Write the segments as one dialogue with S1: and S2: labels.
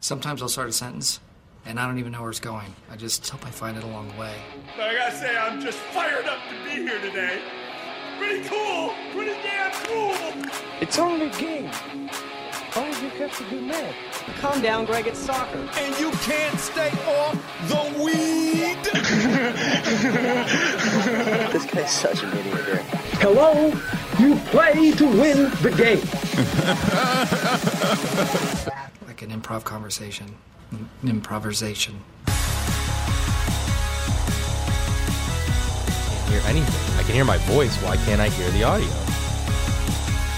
S1: Sometimes I'll start a sentence and I don't even know where it's going. I just hope I find it along the way.
S2: But I gotta say, I'm just fired up to be here today. Pretty cool, pretty damn cool.
S3: It's only a game. Why do you have to be mad?
S4: Calm down, Greg. It's soccer.
S5: And you can't stay off the weed.
S6: this guy's such an idiot here.
S7: Hello, you play to win the game.
S1: like an improv conversation, an improvisation.
S8: I can't hear anything. I can hear my voice. Why can't I hear the audio?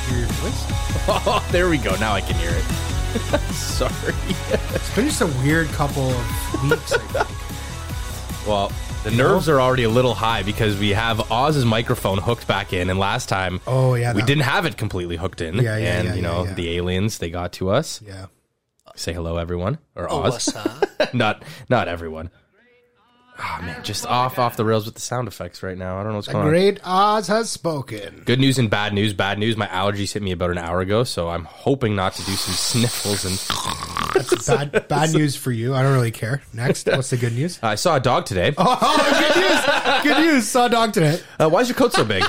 S9: Hear your voice?
S8: Oh, there we go. Now I can hear it. Sorry.
S9: it's been just a weird couple of weeks.
S8: well, the nerves are already a little high because we have Oz's microphone hooked back in, and last time,
S9: oh yeah,
S8: we didn't have it completely hooked in.
S9: Yeah, yeah,
S8: and
S9: yeah,
S8: you know
S9: yeah, yeah.
S8: the aliens they got to us.
S9: Yeah.
S8: Say hello, everyone, or Oz. not not everyone. Oh man, just off off the rails with the sound effects right now. I don't know what's
S9: The
S8: going on.
S9: great Oz has spoken.
S8: Good news and bad news. Bad news. My allergies hit me about an hour ago, so I'm hoping not to do some sniffles. And
S9: That's bad, bad news for you. I don't really care. Next, what's the good news?
S8: uh, I saw a dog today.
S9: Oh, oh, good news! Good news. Saw a dog today.
S8: Uh, why is your coat so big?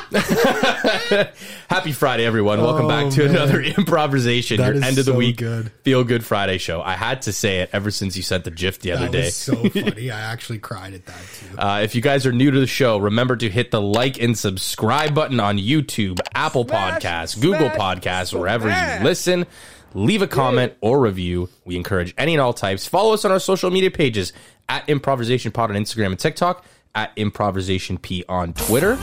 S8: Happy Friday, everyone. Welcome back to
S9: Oh, man.
S8: another improvisation,
S9: That
S8: your
S9: is
S8: end of the
S9: so
S8: week
S9: good.
S8: feel good Friday show. I had to say it ever since you sent the GIF the other
S9: That
S8: day.
S9: was so funny. I actually cried at that too.
S8: Uh, if you guys are new to the show, remember to hit the like and subscribe button on YouTube, Apple Podcasts, Google Podcasts, wherever you listen. Leave a comment or review. We encourage any and all types. Follow us on our social media pages at Improvisation Pod on Instagram and TikTok, at Improvisation P on Twitter.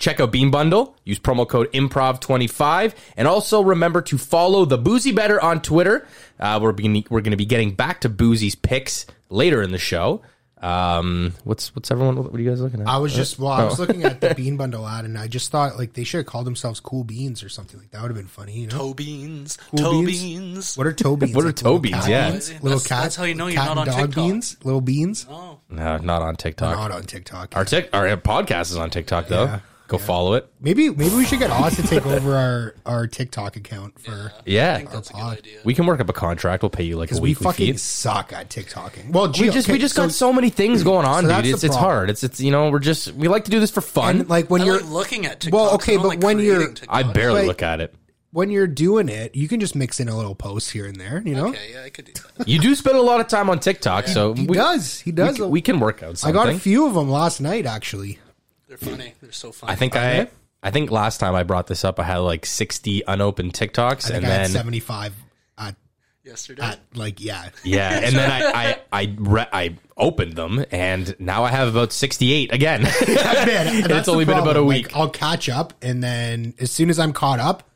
S8: Check out Beam Bundle. Use promo code Improv25, and also remember to follow the Boozy Better on Twitter. Uh, we're beginning, we're going to be getting back to Boozy's picks later in the show. Um, what's what's everyone? What are you guys looking at?
S9: I was just well, I was
S8: Oh.
S9: looking at the bean bundle ad, and I just thought like they should have called themselves Cool Beans or something like that. Would have been funny, you know?
S10: Toe beans.
S9: Cool
S10: toe
S9: beans?
S10: beans.
S9: What are toe beans?
S8: What are toe
S9: little
S8: beans?
S9: cat
S8: Yeah.
S9: beans?
S10: That's-
S9: little cat.
S10: that's how you know you're
S9: cat
S10: not
S9: and
S10: on
S9: dog
S10: TikTok.
S9: beans. Little beans.
S10: Oh.
S8: no, not on TikTok.
S9: Not on TikTok.
S8: Our tic- our podcast is on TikTok though.
S9: Yeah,
S8: Go follow it.
S9: Maybe maybe we should get Oz to take over our our TikTok account for
S8: Yeah,
S10: That's a good
S9: pod.
S10: idea.
S8: we can work up a contract. We'll pay you like a
S9: because we
S8: weekly
S9: fucking
S8: fee.
S9: suck at TikToking. Well,
S8: We
S9: Gio,
S8: just we
S9: okay,
S8: just got so many things going on,
S9: so that's
S8: dude.
S9: the
S8: It's it's
S9: problem.
S8: hard. It's it's you know we're just we like to do this for fun.
S9: and like when
S10: I
S9: you're
S10: like looking at TikToks.
S9: Well, okay,
S10: I don't
S9: but
S10: like
S9: when you're-
S10: creating
S8: I
S10: TikToks.
S8: barely
S9: Like-
S8: look at it.
S9: when you're doing it, you can just mix in a little post here and there. You know,
S10: Okay, yeah, I could do that.
S8: You do spend a lot of time on TikTok, so
S9: he
S8: we,
S9: does. He does.
S8: we, we can work out
S9: I
S8: something.
S9: got a few of them last night actually.
S10: They're funny. They're so funny.
S8: I think I, I think last time I brought this up, I had like sixty unopened TikToks,
S9: I think
S8: and
S9: I had
S8: then
S9: seventy five at,
S10: yesterday.
S9: at like yeah.
S8: yeah, and then I I I, re- I opened them, and now I have about sixty eight again.
S9: Man, that's
S8: it's
S9: the
S8: only been about a
S9: problem. Like,
S8: week.
S9: I'll catch up, and then as soon as I'm caught up,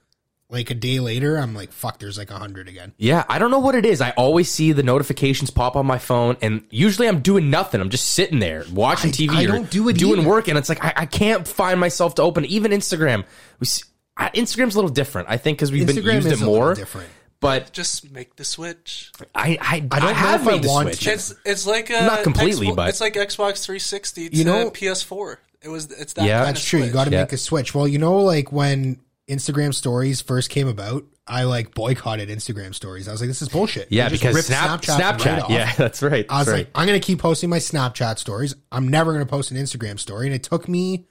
S9: like a day later, I'm like, fuck, there's like a hundred again.
S8: yeah, I don't know what it is. I always see the notifications pop on my phone, and usually I'm doing nothing. I'm just sitting there watching
S9: I-
S8: TV
S9: I
S8: or
S9: don't do it
S8: doing
S9: either.
S8: work, and it's like I, I can't find myself to open it. even Instagram. We see, I, Instagram's a little different, I think, because we've been
S9: Instagram
S8: used
S9: is
S8: it
S9: a more
S8: more.
S9: different.
S8: But
S10: Just make the switch.
S8: I I,
S9: I don't know
S8: have
S9: if I
S8: made the
S9: want
S8: switch.
S9: to.
S10: It's it's like a
S8: Not completely,
S10: Xbox-
S8: but-
S10: it's like Xbox 360 to
S9: You know-
S10: PS4. It was it's that.
S8: Yeah.
S10: kind
S9: That's
S10: of
S9: true. You
S10: switch.
S9: got to
S8: Yeah.
S9: make a switch. Well, you know, like when Instagram Stories first came about, I like boycotted Instagram Stories. I was like, this is bullshit.
S8: Yeah,
S9: They just
S8: because
S9: ripped
S8: Snap,
S9: Snapchat right
S8: Snapchat.
S9: off.
S8: yeah, that's right.
S9: I was
S8: that's
S9: like,
S8: right.
S9: I'm gonna keep posting my Snapchat stories. I'm never gonna post an Instagram story, and it took me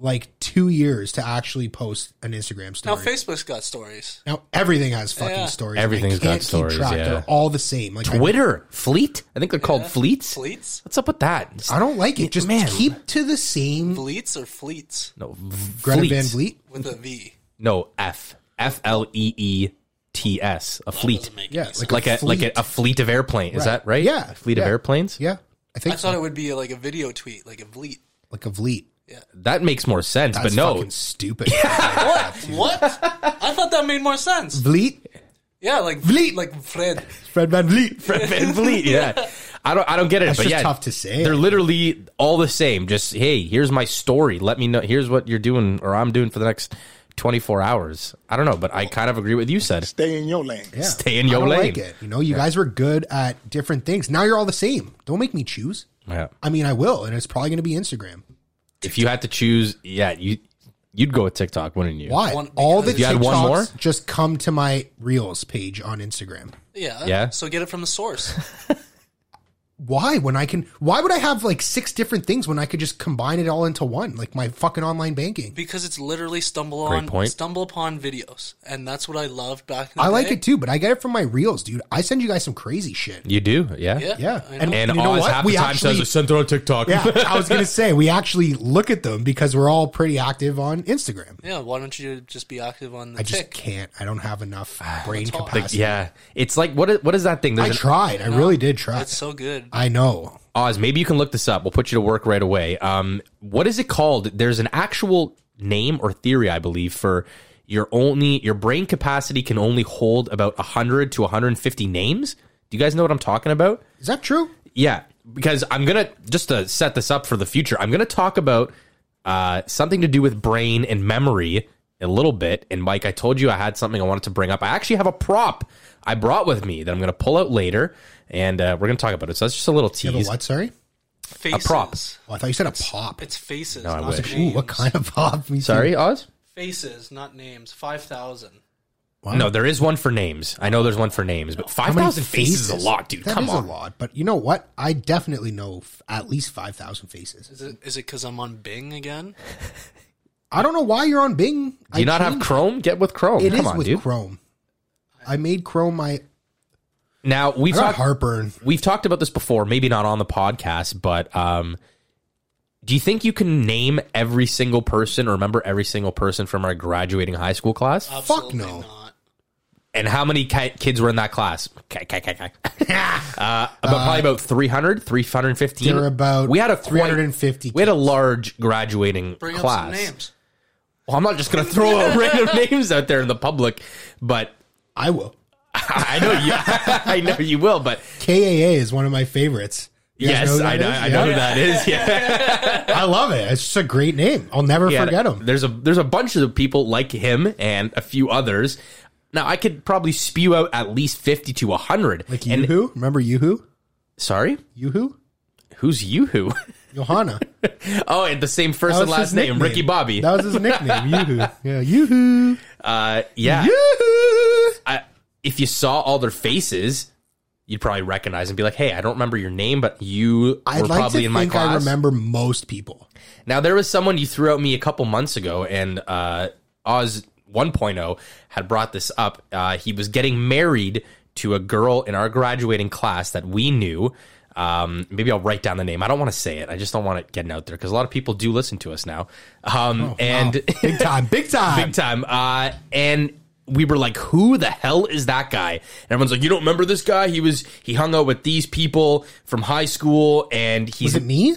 S9: like two years to actually post an Instagram
S10: now
S9: story.
S10: Facebook's got stories.
S9: Now everything has fucking
S10: Yeah.
S9: stories.
S8: Everything's
S9: I can't
S8: got
S9: keep
S8: stories,
S9: track.
S8: yeah.
S9: They're all the same. Like I-
S8: Twitter fleet. I think they're called
S10: Yeah.
S8: fleets.
S10: Fleets?
S8: What's up with that? Just-
S9: I, don't like it. Just
S8: Man.
S9: keep to the same.
S10: Fleets or fleets
S8: no
S9: Greta
S8: fleet.
S9: Van Vliet.
S10: with a V.
S8: No F F L E E T S. A fleet.
S10: Doesn't make
S9: Yeah,
S10: any sense.
S8: Like a like a, a fleet of airplanes. Is that right?
S9: Yeah,
S8: A fleet
S9: yeah.
S8: of airplanes.
S9: Yeah, I think
S10: I thought
S9: so.
S10: it would be like a video tweet, like a vleet.
S9: like a Vliet.
S8: That makes more sense. but
S9: That's
S8: no,
S9: fucking stupid.
S10: What? What? I thought that made more sense.
S9: Vliet,
S10: Yeah, like
S9: Vliet.
S10: like Fred.
S9: Fred Van Vliet.
S8: Fred Van Vliet. Yeah. I don't. I don't get it.
S9: That's
S8: but
S9: just
S8: yeah,
S9: tough to say.
S8: They're literally all the same. Just hey, here's my story. Let me know. Here's what you're doing or I'm doing for the next 24 hours. I don't know, but I kind of agree with you said.
S5: Stay in your lane.
S9: Yeah.
S8: Stay in your
S9: I don't
S8: lane.
S9: Like it. You know, you guys were good at different things. Now you're all the same. Don't make me choose.
S8: Yeah.
S9: I mean, I will, and it's probably going to be Instagram.
S8: If you had to choose, yeah, you You'd go with TikTok, wouldn't you?
S9: Why?
S10: One-
S9: All the
S10: You
S8: had
S9: TikToks
S8: one more?
S9: just come to my Reels page on Instagram.
S10: Yeah.
S8: Yeah.
S10: So get it from the source.
S9: Why? When I can? Why would I have like six different things when I could just combine it all into one, like my fucking online banking?
S10: because it's literally stumble
S8: Great
S10: on
S8: point.
S10: stumble upon videos, and that's what I loved back. in the
S9: I like
S10: day.
S9: it too, but I get it from my Reels, dude. I send you guys some crazy shit.
S8: You do, yeah.
S10: Yeah,
S9: Yeah.
S10: I
S9: And-
S10: know.
S8: And
S9: You know
S8: Oz
S9: what?
S8: half
S9: We
S8: the time
S9: actually-
S8: says it's sent on TikTok.
S9: Yeah, I was gonna say we actually look at them because we're all pretty active on Instagram.
S10: yeah. Why don't you just be active on the
S9: I just
S10: tick?
S9: can't. I don't have enough brain
S8: Like,
S9: capacity.
S8: yeah. It's like what is, what is that thing?
S9: I
S8: an-
S9: tried. I really did try.
S10: It's so good.
S9: I know.
S8: Oz, maybe you can look this up. We'll put you to work right away. Um, what is it called? There's an actual name or theory, I believe, for your only your brain capacity can only hold about 100 to 150 names. Do you guys know what I'm talking about?
S9: Is that true?
S8: Yeah, because I'm gonna just to set this up for the future. I'm gonna talk about uh, something to do with brain and memory a little bit. And Mike, I told you I had something I wanted to bring up. I actually have a prop I brought with me that I'm gonna pull out later, and uh, we're gonna talk about it. So that's just a little
S9: You have
S8: tease.
S9: a what? Sorry.
S10: Faces.
S8: prop.
S9: Oh, I thought you said a pop.
S10: It's faces.
S8: I
S10: not
S8: wish.
S9: Ooh,
S10: names.
S9: what kind of pop? Me too.
S8: Sorry, Oz.
S10: Faces, not names. Five thousand.
S8: No, there is one for names. I know there's one for names, but
S9: How
S8: five
S9: many
S8: thousand faces is a lot, dude.
S9: That
S8: Come
S9: is
S8: on.
S9: a lot. But you know what? I definitely know f- at least five thousand faces.
S10: Is it? Is it because I'm on Bing again?
S9: I don't know why you're on Bing.
S8: Do you not have Chrome? Get with Chrome.
S9: It is
S8: Come on,
S9: with
S8: dude.
S9: Chrome. I made Chrome my.
S8: Now we've
S9: I got
S8: talked.
S9: heartburn.
S8: We've talked about this before, maybe not on the podcast, but um, do you think you can name every single person or remember every single person from our graduating high school class?
S9: Fuck no.
S10: Not.
S8: and how many ki- kids were in that class? Okay, okay, okay, okay. uh, about probably about 300, 315.
S9: There were about
S8: we had a quite-
S9: 350
S8: we had a large graduating
S10: Bring
S8: class.
S10: up some names.
S8: Well, I'm not just going to throw out random names out there in the public, but
S9: I will.
S8: I know you. I know you will. But
S9: KAA is one of my favorites. You guys
S8: yes,
S9: know who
S8: I
S9: that
S8: know.
S9: is?
S8: I know
S9: Yeah.
S8: who that is. Yeah,
S9: I love it. It's just a great name. I'll never
S8: Yeah,
S9: forget him.
S8: There's a there's a bunch of people like him and a few others. Now I could probably spew out at least fifty to hundred.
S9: Like
S8: and,
S9: Yoo-Hoo. Remember Yoo-Hoo?
S8: Sorry,
S9: Yoo-Hoo?
S8: who's Yoo-Hoo?
S9: Johanna. That
S8: oh, and the same first
S9: was
S8: and
S9: his
S8: last name,
S9: nickname.
S8: Ricky Bobby.
S9: That was his nickname, Yoo-Hoo. Yeah, Yoo-Hoo.
S8: Uh, yeah.
S9: Yoo-hoo.
S8: I, if you saw all their faces, you'd probably recognize and be like, "Hey, I don't remember your name, but you
S9: I'd
S8: were
S9: like
S8: probably
S9: to
S8: in my
S9: think
S8: class."
S9: I remember most people.
S8: Now there was someone you threw at me a couple months ago, and uh, Oz 1.0 had brought this up. Uh, he was getting married to a girl in our graduating class that we knew. Um, maybe I'll write down the name. I don't want to say it. I just don't want it getting out there because a lot of people do listen to us now. Um, and
S9: Oh, Wow. big time, big time.
S8: big time. Uh, and we were like, "Who the hell is that guy?" And everyone's like, "You don't remember this guy? He was he hung out with these people from high school, and he's
S9: Was it me?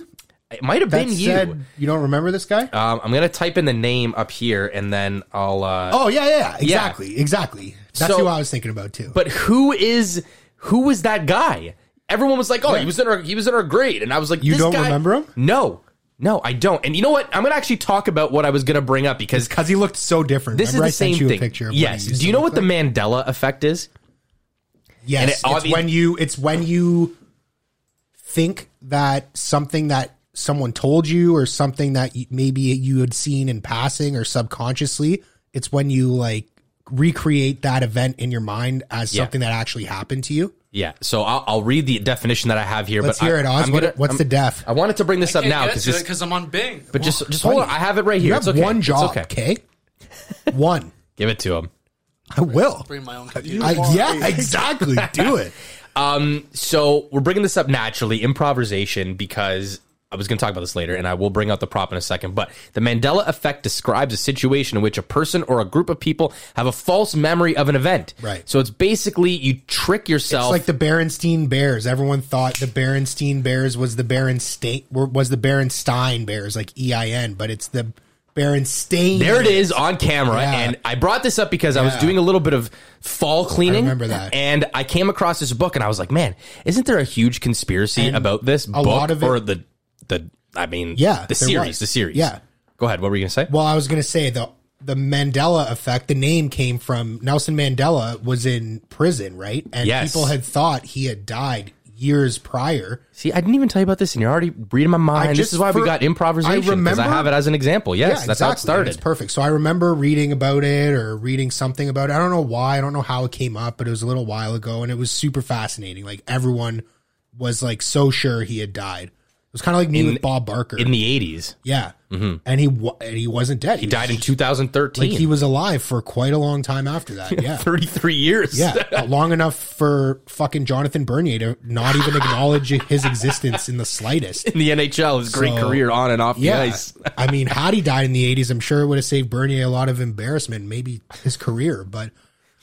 S8: it might have
S9: That
S8: been you."
S9: said, you don't remember this guy?
S8: Um, I'm gonna type in the name up here, and then I'll. Uh,
S9: oh, yeah, yeah, yeah. Exactly, exactly. That's
S8: So-
S9: who I was thinking about, too.
S8: But who is who was that guy? Everyone was like, "Oh, he was in our he was in our grade," and I was like,
S9: You
S8: this
S9: don't
S8: guy-
S9: remember him?
S8: No, no, I don't. And you know what? I'm gonna actually talk about what I was gonna bring up because
S9: Because he looked so different.
S8: this
S9: remember
S8: is the
S9: I sent
S8: same
S9: you
S8: thing.
S9: a picture of
S8: yes.
S9: what he used
S8: Do you
S9: to
S8: know
S9: look
S8: what the
S9: like?
S8: Mandela effect is?
S9: Yes,
S8: And it
S9: it's
S8: obvi-
S9: when you it's when you think that something that someone told you or something that you, maybe you had seen in passing or subconsciously, it's when you like recreate that event in your mind as
S8: Yeah.
S9: something that actually happened to you.
S8: Yeah. So I'll, I'll read the definition that I have here.
S9: Let's
S8: but
S9: hear
S8: I,
S9: it, Oz.
S8: I'm
S9: What-
S8: gonna-
S9: what's
S8: I'm-
S9: the def?
S8: I wanted to bring this up now because this.
S10: because I'm on Bing.
S8: But just just hold on. I have it right here.
S9: You
S8: it's
S9: have
S8: okay.
S9: one
S8: It's
S9: job,
S8: okay.
S9: okay? One.
S8: Give it to him.
S9: I will.
S10: Bring my own computer.
S9: I, yeah, exactly. Do it.
S8: so we're bringing this up naturally, improvisation, because I was going to talk about this later, and I will bring out the prop in a second. But the Mandela effect describes a situation in which a person or a group of people have a false memory of an event.
S9: Right.
S8: So it's basically you trick
S9: It's
S8: yourself.
S9: like the Berenstein Bears. Everyone thought the Berenstein Bears was the Berenstain were- was the Berenstein Bears, like E I N, but it's the Berenstain.
S8: there it is on camera,
S9: Yeah.
S8: and I brought this up because I was
S9: Yeah.
S8: doing a little bit of fall cleaning.
S9: remember that.
S8: and I came across this book, and I was like, "Man, isn't there a huge conspiracy about this book
S9: lot of it-
S8: or the the? I mean,
S9: Yeah,
S8: the
S9: there
S8: series,
S9: was.
S8: the series.
S9: Yeah.
S8: Go ahead. What were you going to say?
S9: Well, I was gonna say the the Mandela effect. The name came from Nelson Mandela was in prison, right? And
S8: Yes.
S9: people had thought he had died years prior.
S8: See, I didn't even tell you about this, and you're already reading my mind. this
S9: just-
S8: is why we
S9: for-
S8: got
S9: I
S8: improvisation because
S9: remember-
S8: I, have it as an example. Yes,
S9: Yeah,
S8: that's how it
S9: exactly. And
S8: started.
S9: It's perfect. So I remember reading about it or reading something about it. I don't know why. I don't know how it came up, but it was a little while ago and it was super fascinating. Like everyone was like so sure he had died. It was kind of like me
S8: In-
S9: with Bob Barker.
S8: in the 80s,
S9: yeah. And he wa- and he wasn't dead.
S8: he died in
S9: was-
S8: 2013.
S9: Like he was alive for quite a long time after that. Yeah.
S8: 33 years.
S9: Yeah, long enough for fucking Jonathan Bernier to not even acknowledge his existence in the slightest.
S8: in the NHL, his great
S9: So-
S8: career on and off
S9: Yeah,
S8: the ice.
S9: I mean, had he died in the '80s, I'm sure it would have saved Bernier a lot of embarrassment, maybe his career. But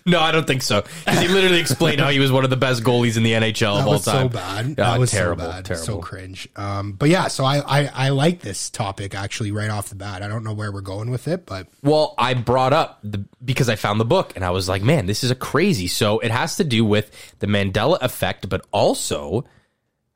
S8: No, I don't think so. Because he literally explained how he was one of the best goalies in the NHL
S9: that
S8: of all
S9: was
S8: time.
S9: so bad.
S8: Ah,
S9: that was
S8: terrible,
S9: so bad.
S8: terrible.
S9: So cringe. Um, but yeah, so I, I I like this topic actually right off the bat. I don't know where we're going with it, but
S8: Well, I brought up the, because I found the book and I was like, man, this is a crazy. So it has to do with the Mandela effect, but also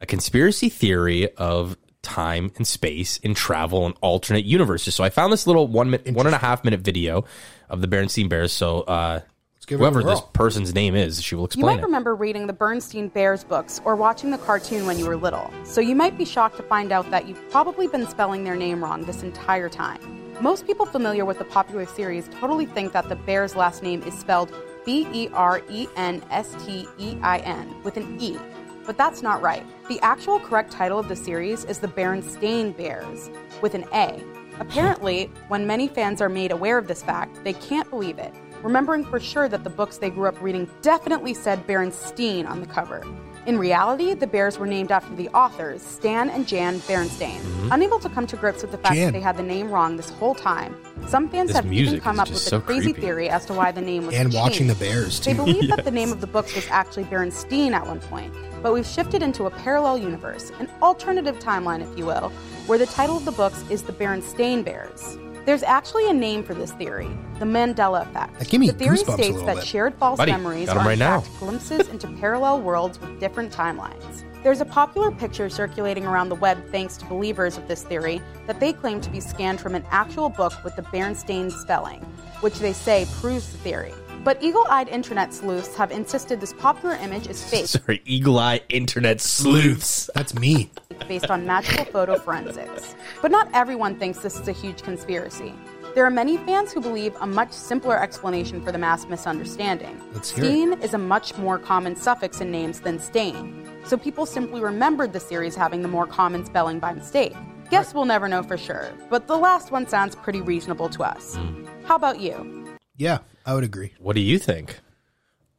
S8: a conspiracy theory of time and space and travel and alternate universes. So I found this little one minute, one and a half minute video of the Berenstein Bears. So uh,
S9: give it a
S8: whoever
S9: whirl.
S8: this person's name is, she will
S11: You
S8: explain
S11: might
S8: it.
S11: remember reading the Bernstein Bears books or watching the cartoon when you were little, so you might be shocked to find out that you've probably been spelling their name wrong this entire time. Most people familiar with the popular series totally think that the bear's last name is spelled B E R E N S T E I N with an E, but that's not right. The actual correct title of the series is the Berenstain Bears with an A. Apparently, when many fans are made aware of this fact, they can't believe it remembering for sure that the books they grew up reading definitely said Berenstain on the cover. In reality, the bears were named after the authors, Stan and Jan Berenstain.
S8: Mm-hmm.
S11: Unable to come to grips with the fact
S9: Jan.
S11: that they had the name wrong this whole time, some fans
S8: This
S11: have even
S8: music
S11: come
S8: is
S11: up
S8: just
S11: with
S8: so
S11: a crazy
S8: creepy.
S11: theory as to why the name was
S9: and
S11: changed.
S9: watching the Bears
S11: They
S9: too.
S11: believe that the name of the books was actually Berenstain at one point, but we've shifted into a parallel universe, an alternative timeline, if you will, where the title of the books is the Berenstain Bears. There's actually a name for this theory, the Mandela effect.
S9: That gave me
S11: the theory
S9: goosebumps a
S11: states
S9: little
S11: that
S9: bit.
S11: shared false
S8: Buddy,
S11: memories
S8: got 'em
S11: are
S8: right
S11: in
S8: now.
S11: fact glimpses into parallel worlds with different timelines. There's a popular picture circulating around the web thanks to believers of this theory that they claim to be scanned from an actual book with the Berenstain spelling, which they say proves the theory. But eagle eyed internet sleuths have insisted this popular image is fake
S8: Sorry, Eagle Eye Internet Sleuths.
S9: That's me.
S11: based on magical photo forensics. But not everyone thinks this is a huge conspiracy. There are many fans who believe a much simpler explanation for the mass misunderstanding.
S9: Let's hear it.
S11: Steen is a much more common suffix in names than stain, so people simply remembered the series having the more common spelling by mistake. Guess we'll never know for sure, but the last one sounds pretty reasonable to us.
S9: Hmm.
S11: How about you?
S9: Yeah, I would agree.
S8: What do you think?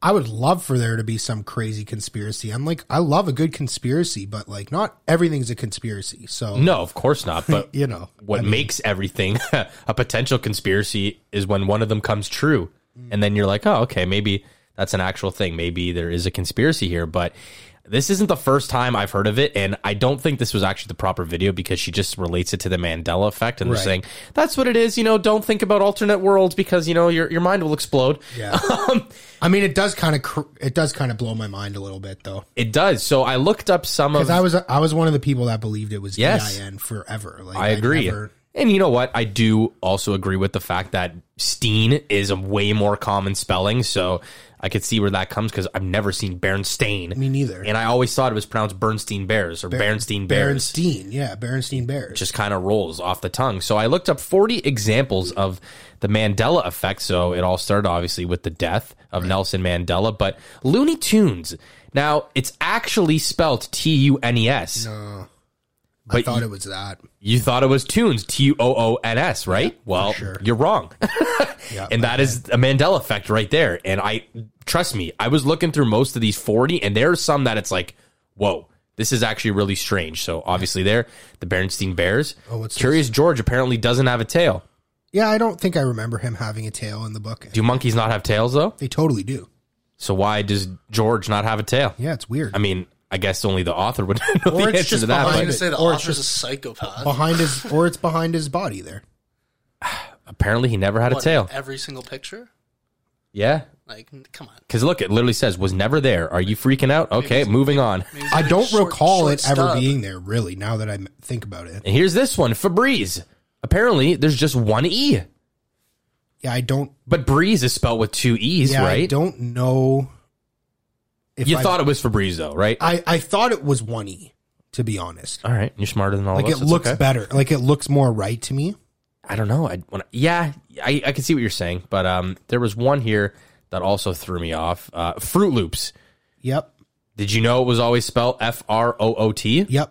S9: I would love for there to be some crazy conspiracy. I'm like, I love a good conspiracy, but like, not everything's a conspiracy. So
S8: No, of course not. But
S9: you know,
S8: what makes everything a potential conspiracy is when one of them comes true and then you're like oh okay maybe that's an actual thing maybe there is a conspiracy here but this isn't the first time i've heard of it and i don't think this was actually the proper video because she just relates it to the mandela effect and
S9: Right.
S8: they're saying that's what it is you know don't think about alternate worlds because you know your, your mind will explode
S9: yeah.
S8: Um,
S9: I mean, it does kind of cr- it does kind of blow my mind a little bit though,
S8: it does so i looked up some of
S9: because I was I was one of the people that believed it was
S8: Yes.
S9: DIN forever. Like
S8: I agree.
S9: never-
S8: and you know what? I do also agree with the fact that Steen is a way more common spelling, so I could see where that comes because I've never seen Bernstein.
S9: Me neither.
S8: And I always thought it was pronounced Bernstein Bears or Bernstein Bears.
S9: Berenstein, yeah, Berenstein Bears.
S8: Just kind of rolls off the tongue. So I looked up 40 examples of the Mandela effect. So it all started obviously with the death of Nelson Mandela, but Looney Tunes. Now it's actually spelled T U N E S.
S9: I
S8: but
S9: thought
S8: you-
S9: it was that.
S8: You thought it was tunes, T U O O N S, right? well,
S9: sure.
S8: you're wrong.
S9: Yeah,
S8: and that is a Mandela effect right there. And I trust me, I was looking through most of these 40 and there are some that it's like, "Whoa, this is actually really strange." So obviously there, the Berenstein Bears.
S9: Oh, what's
S8: Curious George apparently doesn't have a tail.
S9: yeah, I don't think I remember him having a tail in the book.
S8: Do monkeys not have tails though?
S9: They totally do.
S8: So why does George not have a tail?
S9: Yeah, it's weird.
S8: I mean, I guess only the author would know
S9: Or
S8: the
S9: it's
S8: answer
S9: just
S8: to that.
S9: behind
S8: but-
S10: going to say the
S9: Or it's
S10: author's a
S9: just-
S10: psychopath.
S9: behind his or it's behind his body there.
S8: Apparently, he never had a
S10: What,
S8: tail.
S10: Every single picture?
S8: Yeah,
S10: Like, n- come on.
S8: because look, it literally says was never there. Are you freaking out? Okay, moving on.
S10: Maybe
S9: I
S10: it's
S9: don't
S10: a short-
S9: recall
S10: short
S9: it ever
S10: stub.
S9: being there. Really, now that I m- think about it,
S8: And here's this one Febreze. Apparently, there's just one E,
S9: yeah, I don't
S8: but Breeze is spelled with two E's,
S9: yeah, I
S8: right?
S9: don't know if if
S8: you
S9: I-
S8: thought it was Febreze though, right?
S9: I, I thought it was one E, to be honest.
S8: All right, you're smarter than all
S9: Like
S8: of
S9: it
S8: us. It's
S9: looks
S8: Oh, okay.
S9: better. Like it looks more right to me.
S8: I don't know. I when I- yeah, I, I can see what you're saying, but um, there was one here that also threw me off. Uh, Fruit Loops.
S9: Yep.
S8: Did you know it was always spelled F R O O T?
S9: Yep.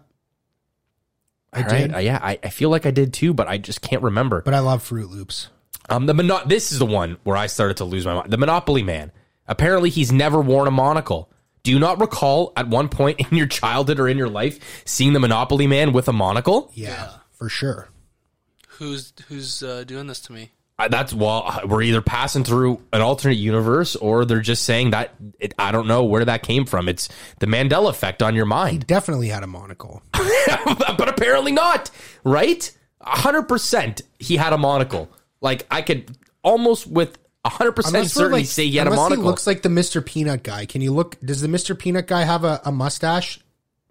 S9: I
S8: All right.
S9: did.
S8: Uh, yeah, I, I feel like I did too, but I just can't remember.
S9: but I love Fruit Loops.
S8: Um, the mono- this is the one where I started to lose my mind. The Monopoly Man. Apparently, he's never worn a monocle. Do you not recall at one point in your childhood or in your life seeing the Monopoly Man with a monocle?
S9: Yeah, for sure.
S10: Who's who's uh, doing this to me?
S8: I, that's well, we're either passing through an alternate universe or they're just saying that it, I don't know where that came from. It's the Mandela effect on your mind,
S9: Definitely had a monocle.
S8: but apparently not, right? 100% he had a monocle. Like, I could almost with 100%
S9: Unless we're,
S8: certainty
S9: like-
S8: say he had a
S9: unless
S8: monocle.
S9: He looks like the Mr. Peanut guy. Can you look? Does the Mr. Peanut guy have a, a mustache?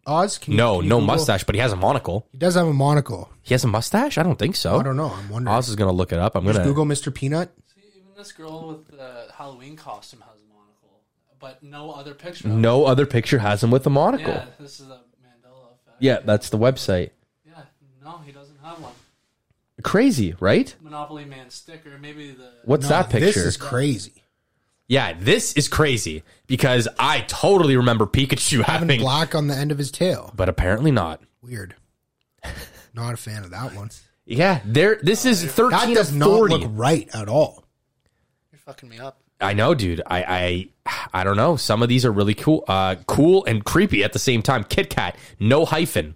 S9: Oz? Can you-
S8: no,
S9: can you
S8: no
S9: Google-
S8: mustache, but he has a monocle.
S9: He does have a monocle.
S8: He has a mustache? I don't think so.
S9: I don't know. I'm wondering.
S8: Oz is going to look it up. I'm going
S9: Just
S8: to
S9: Google Mr. Peanut.
S10: Even this girl with the Halloween costume has a monocle, but no other picture. of
S8: No other picture has him with a
S10: it.
S8: monocle.
S10: Yeah, this is a Mandela effect.
S8: yeah that's the website.
S10: Yeah, no, he doesn't have one.
S8: Crazy, right?
S10: Monopoly Man sticker. Maybe the
S8: What's that
S9: No,
S8: picture?
S9: This is crazy.
S8: Yeah, this is crazy because I totally remember Pikachu
S9: Having
S8: having,
S9: black on the end of his tail.
S8: but apparently not.
S9: Weird. Not a fan of that one.
S8: Yeah, there. This is
S9: That
S8: thirteen of
S9: does not look
S8: forty.
S9: right at all.
S10: you're fucking me up.
S8: I know, dude. I, I, I don't know. Some of these are really cool, uh, cool and creepy at the same time. Kit Kat, no hyphen.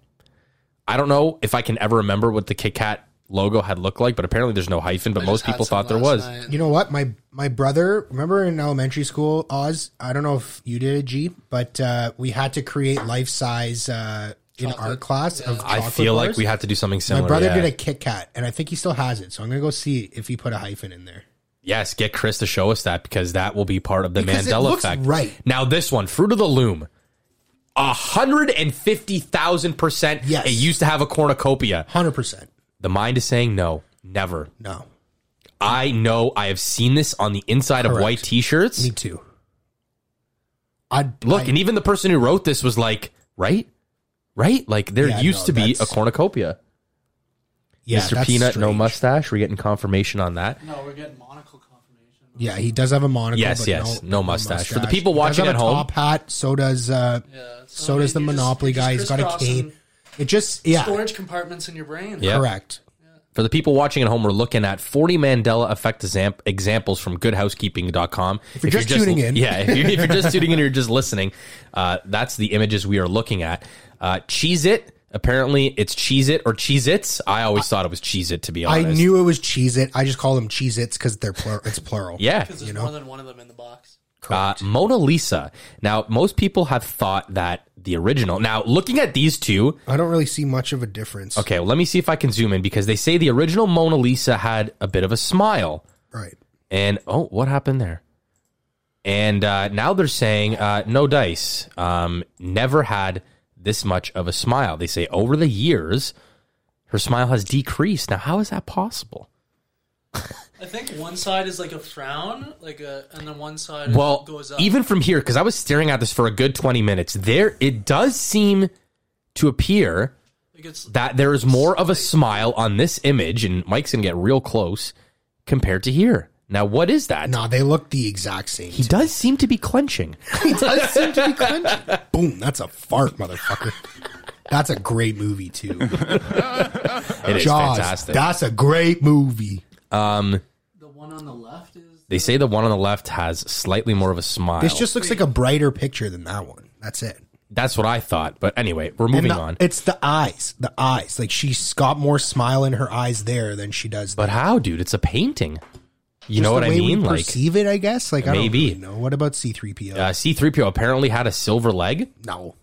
S8: I don't know if I can ever remember what the Kit Kat logo had looked like, but apparently there's no hyphen. But
S10: I
S8: most
S10: just had
S8: people
S10: some
S8: thought there
S10: last
S8: was.
S10: night.
S9: You know what? My my brother, remember in elementary school, Oz, I don't know if you did G, but uh, we had to create life size uh, in art class of
S8: I
S9: chocolate
S8: feel like
S9: bars.
S8: we had to do something similar.
S9: My brother
S8: yeah.
S9: did a Kit Kat, and I think he still has it. So I'm gonna go see if he put a hyphen in there.
S8: Yes, get Chris to show us that because that will be part of the
S9: Because it
S8: Mandela
S9: looks
S8: effect.
S9: right.
S8: Now this one, Fruit of the Loom. A hundred and fifty thousand percent.
S9: Yes.
S8: It used to have a cornucopia.
S9: Hundred percent.
S8: The mind is saying no, never.
S9: No,
S8: I know I have seen this on the inside of
S9: Correct.
S8: white t shirts.
S9: me too. I'd
S8: Look,
S9: I-
S8: and even the person who wrote this was like, right? Right? Like there
S9: Yeah,
S8: used
S9: no,
S8: to be a
S9: that's-
S8: cornucopia.
S9: yeah,
S8: Mr.
S9: that's
S8: Peanut, no
S9: strange.
S8: mustache. We're getting confirmation on that.
S10: No, we're getting monocle confirmation.
S9: Yeah, he does have a monocle.
S8: Yes,
S9: but
S8: yes.
S9: no,
S8: No mustache. For the people
S9: He does
S8: watching
S9: have
S8: at
S9: a
S8: home-
S9: top hat. So does uh,
S10: Yeah, so,
S9: so
S10: I
S9: does the
S10: mean, you're just-
S9: Monopoly
S10: you're
S9: guy. He's
S10: just
S9: got a
S10: crisscrossing
S9: cane. It just yeah,
S10: Storage compartments in your brain.
S8: Yeah.
S9: correct.
S8: For the people watching at home, we're looking at 40 Mandela effect exam- examples from goodhousekeeping.com. If
S9: you're just tuning in.
S8: Yeah, if you're, if you're just tuning in or you're just listening, uh, that's the images we are looking at. Uh, Cheese It, apparently it's Cheese It or Cheese Its. I always thought it was Cheese It, to be
S9: I
S8: honest.
S9: knew it was Cheez It. I just call them Cheez Its because they're plur- it's plural.
S8: Yeah.
S10: Because there's more than one of them in the box.
S8: Uh, Mona Lisa. Now, most people have thought that the original. Now, looking at these two,
S9: I don't really see much of a difference.
S8: okay, well, let me see if I can zoom in because they say the original Mona Lisa had a bit of a smile.
S9: Right.
S8: And oh, what happened there? And uh, now they're saying uh, no dice. Um, never had this much of a smile. They say over the years, her smile has decreased. Now, how is that possible?
S10: I think one side is like a frown, like a, and then one side
S8: Well,
S10: goes up.
S8: even from here, because I was staring at this for a good twenty minutes. There, it does seem to appear
S10: like it's
S8: that there is more of a smile on this image, and Mike's gonna get real close compared to here. Now, what is that?
S9: No, they look the exact same.
S8: He does seem to be clenching.
S9: He does seem to be clenching. Boom, that's a fart, motherfucker. That's a great movie too.
S8: It is
S9: Jaws.
S8: fantastic.
S9: That's a great movie.
S10: the one on the left is
S8: They say the one on the left has slightly more of a smile.
S9: This just looks like a brighter picture than that one. That's it.
S8: That's what I thought. But anyway, we're
S9: And
S8: moving
S9: the-
S8: on.
S9: It's the eyes. The eyes. Like she's got more smile in her eyes there than she does.
S8: But how, dude? It's a painting. You know what I mean?
S9: We
S8: Like
S9: perceive it, I guess. Like
S8: Maybe.
S9: I don't really know. What about C three PO?
S8: uh, C3PO apparently had a silver leg.
S9: No.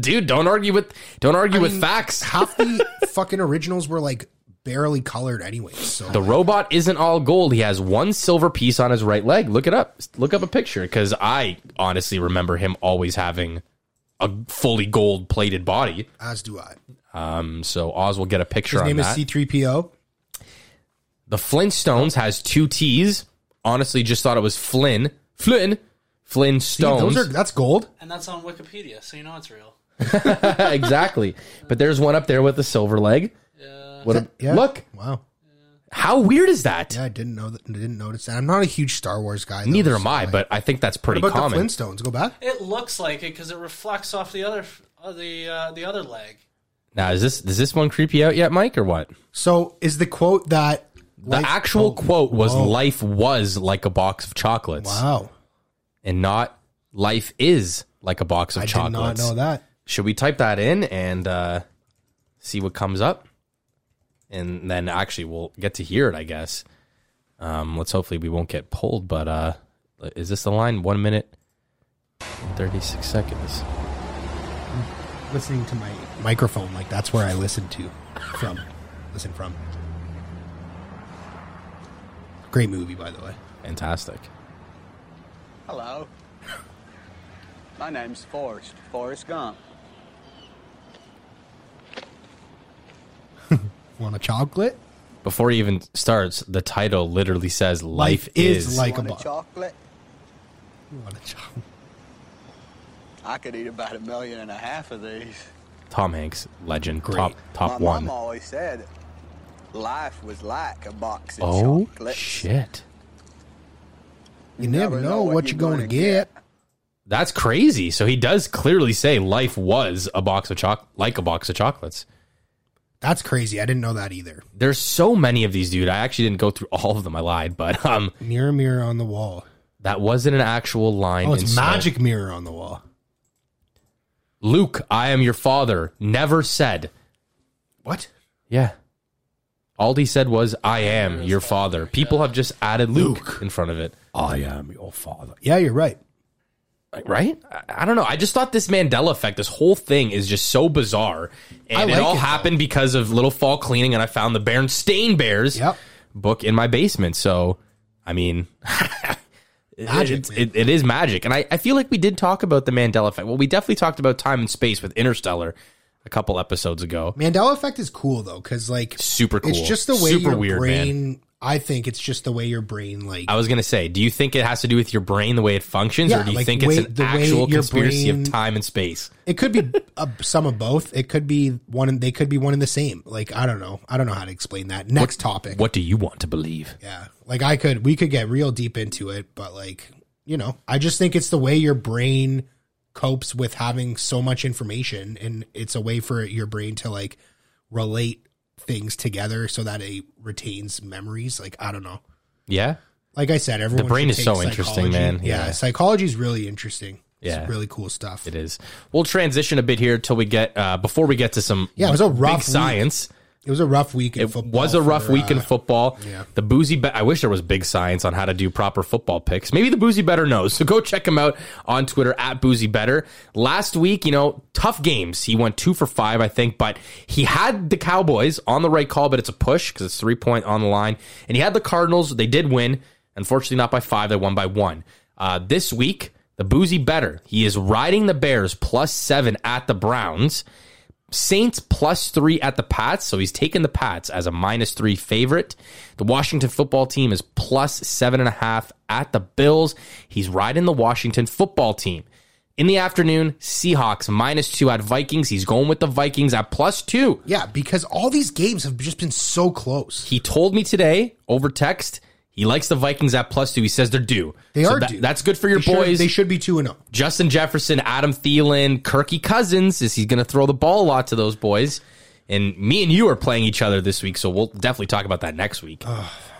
S8: dude, don't argue with don't argue with
S9: mean,
S8: facts.
S9: Half the fucking originals were like barely colored anyway. So
S8: the robot isn't all gold. He has one silver piece on his right leg. Look it up. Look up a picture cuz I honestly remember him always having a fully gold plated body.
S9: as do I.
S8: Um, so Oz will get a picture
S9: His
S8: on
S9: name
S8: that.
S9: is C three PO.
S8: The Flintstones has two T's. Honestly, just thought it was Flynn. Flynn. Flintstones.
S9: those are that's gold.
S10: and that's on Wikipedia, so you know it's real.
S8: exactly. But there's one up there with a silver leg. What a,
S9: Yeah.
S8: Look,
S9: Wow.
S8: how weird is that?
S9: Yeah, I didn't know that. I didn't notice that. I'm not a huge Star Wars guy. though,
S8: Neither am
S9: so,
S8: I,
S9: like-
S8: but I think that's pretty
S9: what about
S8: common.
S9: the Flintstones? Go back.
S10: It looks like it because it reflects off the other f- uh, the uh, the other leg.
S8: Now, is this does this one creep you out yet, Mike, or what?
S9: So is the quote that oh,
S8: The actual quote was "Life was like a box of chocolates,"
S9: Wow,
S8: and not "Life is like a box of
S9: I did not
S8: chocolates."
S9: know that.
S8: Should we type that in and uh, see what comes up? And then actually, we'll get to hear it, I guess. Um, let's hopefully we won't get pulled, but uh, is this the line? One minute, 36 seconds.
S9: Listening to my microphone, like that's where I listen to from. listen from. Great movie, by the way.
S8: Fantastic.
S6: Hello. My name's Forrest. Forrest Gump.
S9: Want a chocolate?
S8: Before he even starts, the title literally says Life,
S9: Life is
S8: is.
S9: like- Take a
S6: Want a
S9: bite.
S6: chocolate?
S9: You want a chocolate?
S6: I could eat about a million and a half of these.
S8: Tom Hanks, legend,
S9: Great.
S8: top top
S6: My
S8: one.
S6: mom always said life was like a box of
S8: Oh
S6: chocolates.
S8: shit,
S9: You, never, know, what you're going to get.
S8: that's crazy. So he does clearly say Life was a box of choc like a box of chocolates.
S9: That's crazy. I didn't know that either.
S8: There's so many of these, dude. I actually didn't go through all of them. I lied, but um,
S9: Mirror, mirror on the wall.
S8: that wasn't an actual line.
S9: Oh,
S8: in
S9: it's
S8: Soul.
S9: magic mirror on the wall.
S8: Luke, I am your father. Never said.
S9: What?
S8: Yeah. All he said was, "I am your father." People have just added Luke, in front of it,
S9: I am your father. Yeah, you're right.
S8: Like, right? I, I don't know. I just thought this Mandela effect, this whole thing, is just so bizarre, and
S9: I
S8: it
S9: like
S8: all
S9: it, though.
S8: happened because of little fall cleaning, and I found the Berenstain Bears
S9: Yep.
S8: book in my basement. So, I mean,
S9: Magic,
S8: It's-
S9: man.
S8: It, it is magic. And I, I feel like we did talk about the Mandela effect. Well, we definitely talked about time and space with Interstellar a couple episodes ago.
S9: Mandela effect is cool though, because like
S8: Super cool.
S9: It's just the way
S8: Super
S9: your
S8: weird,
S9: brain. I think it's just the way your brain like.
S8: I was going to say, do you think it has to do with your brain, the way it functions,
S9: Yeah,
S8: or do you
S9: like,
S8: think it's
S9: way-
S8: an
S9: the way
S8: actual
S9: your
S8: conspiracy
S9: brain-
S8: of time and space?
S9: it could be uh, some of both. It could be one. and They could be one and the same. Like I don't know. I don't know how to explain that. Next topic.
S8: What do you want to believe?
S9: Yeah. Like I could. We could get real deep into it, but like you know, I just think it's the way your brain copes with having so much information, and it's a way for your brain to like relate things together so that it retains memories. Like I don't know.
S8: Yeah.
S9: like I said, everyone
S8: brain
S9: should
S8: is
S9: take
S8: so interesting,
S9: psychology.
S8: man.
S9: Yeah,
S8: Yeah.
S9: psychology is really interesting.
S8: Yeah.
S9: it's really cool stuff.
S8: It is. We'll transition a bit here till we get uh, before we get to some
S9: Yeah, it was a rough
S8: big
S9: week
S8: science.
S9: It was a rough week in
S8: It
S9: football.
S8: was a rough
S9: for,
S8: week in
S9: uh,
S8: football.
S9: yeah.
S8: The boozy bet. I wish there was big science on how to do proper football picks. Maybe the boozy better knows. So go check him out on Twitter at boozy better. Last week, you know, tough games. He went two for five, I think, but he had the Cowboys on the right call, but it's a push because it's three point on the line. And he had the Cardinals. They did win. Unfortunately, not by five. They won by one. Uh, this week, the boozy better. He is riding the Bears plus seven at the Browns. Saints plus three at the Pats, so he's taken the Pats as a minus three favorite. The Washington football team is plus seven and a half at the Bills. He's riding the Washington football team. In the afternoon, Seahawks minus two at Vikings. He's going with the Vikings at plus two.
S9: yeah, because all these games have just been so close.
S8: He told me today over text he likes the Vikings at plus two. He says they're due.
S9: They
S8: So
S9: are
S8: that-
S9: due.
S8: That's good for your
S9: They should-
S8: boys.
S9: they should be two and oh. zero.
S8: Justin Jefferson, Adam Thielen, Kirky Cousins is he's going to throw the ball a lot to those boys. And me and you are playing each other this week, so we'll definitely talk about that next week.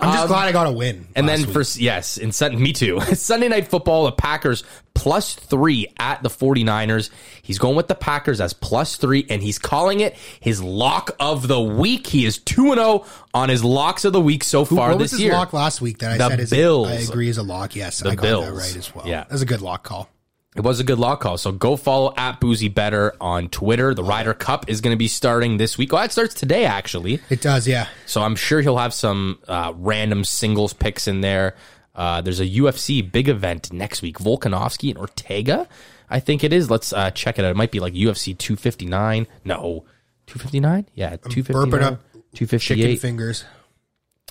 S8: Um,
S9: I'm just glad I got a win.
S8: and then
S9: last
S8: for
S9: week.
S8: yes, and Sun- me too. Sunday night football, the Packers plus 3 at the 49ers. He's going with the Packers as plus 3 and he's calling it his lock of the week. He is 2 and 0 on his locks of the week so far
S9: what
S8: this
S9: was his
S8: year.
S9: lock last week that I
S8: The
S9: said is
S8: Bills.
S9: I agree is a lock. Yes, I got that
S8: Bills.
S9: right as well.
S8: Yeah.
S9: Yeah, that's a good lock call.
S8: It was a good law call. So go follow at Boozy Better on Twitter. The Ryder Cup is going to be starting this week. Oh, it starts today, actually.
S9: It does. Yeah,
S8: So I'm sure he'll have some uh, random singles picks in there. Uh, there's a UFC big event next week. Volkanovski and Ortega, I think it is. Let's uh, check it out. It might be like UFC 259. No, 259. Yeah, 259.
S9: burping up
S8: Two fifty
S9: chicken
S8: eight.
S9: fingers.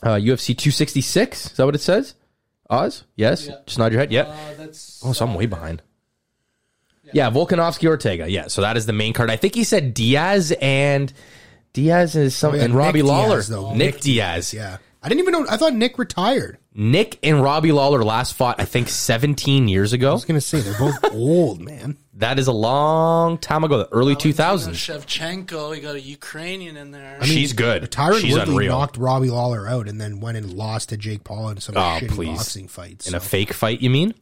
S8: Uh, UFC 266. Is that what it says? Oz? Yes.
S10: Yeah.
S8: Just nod your head. Yep.
S10: Uh, that's
S8: oh, so I'm way behind. Yeah, Volkanovski Ortega. Yeah, so that is the main card. I think he said Diaz and Diaz is some
S9: yeah,
S8: and Robbie
S9: Nick
S8: Lawler.
S9: Diaz, though.
S8: Nick,
S9: Nick
S8: Diaz.
S9: Yeah. I didn't even know. I thought Nick retired.
S8: Nick and Robbie Lawler last fought I think 17 years ago.
S9: I was gonna say they're both old, man.
S8: That is a long time ago, the
S9: Oh
S8: early 2000s.
S10: Shevchenko. You got a Ukrainian in there.
S8: She's good.
S9: Tyron
S8: She's
S9: Woodley
S8: unreal.
S9: knocked Robbie Lawler out and then went and lost to Jake Paul in some
S8: Oh,
S9: shitty
S8: please.
S9: boxing fight.
S8: In
S9: so.
S8: a fake fight, you mean?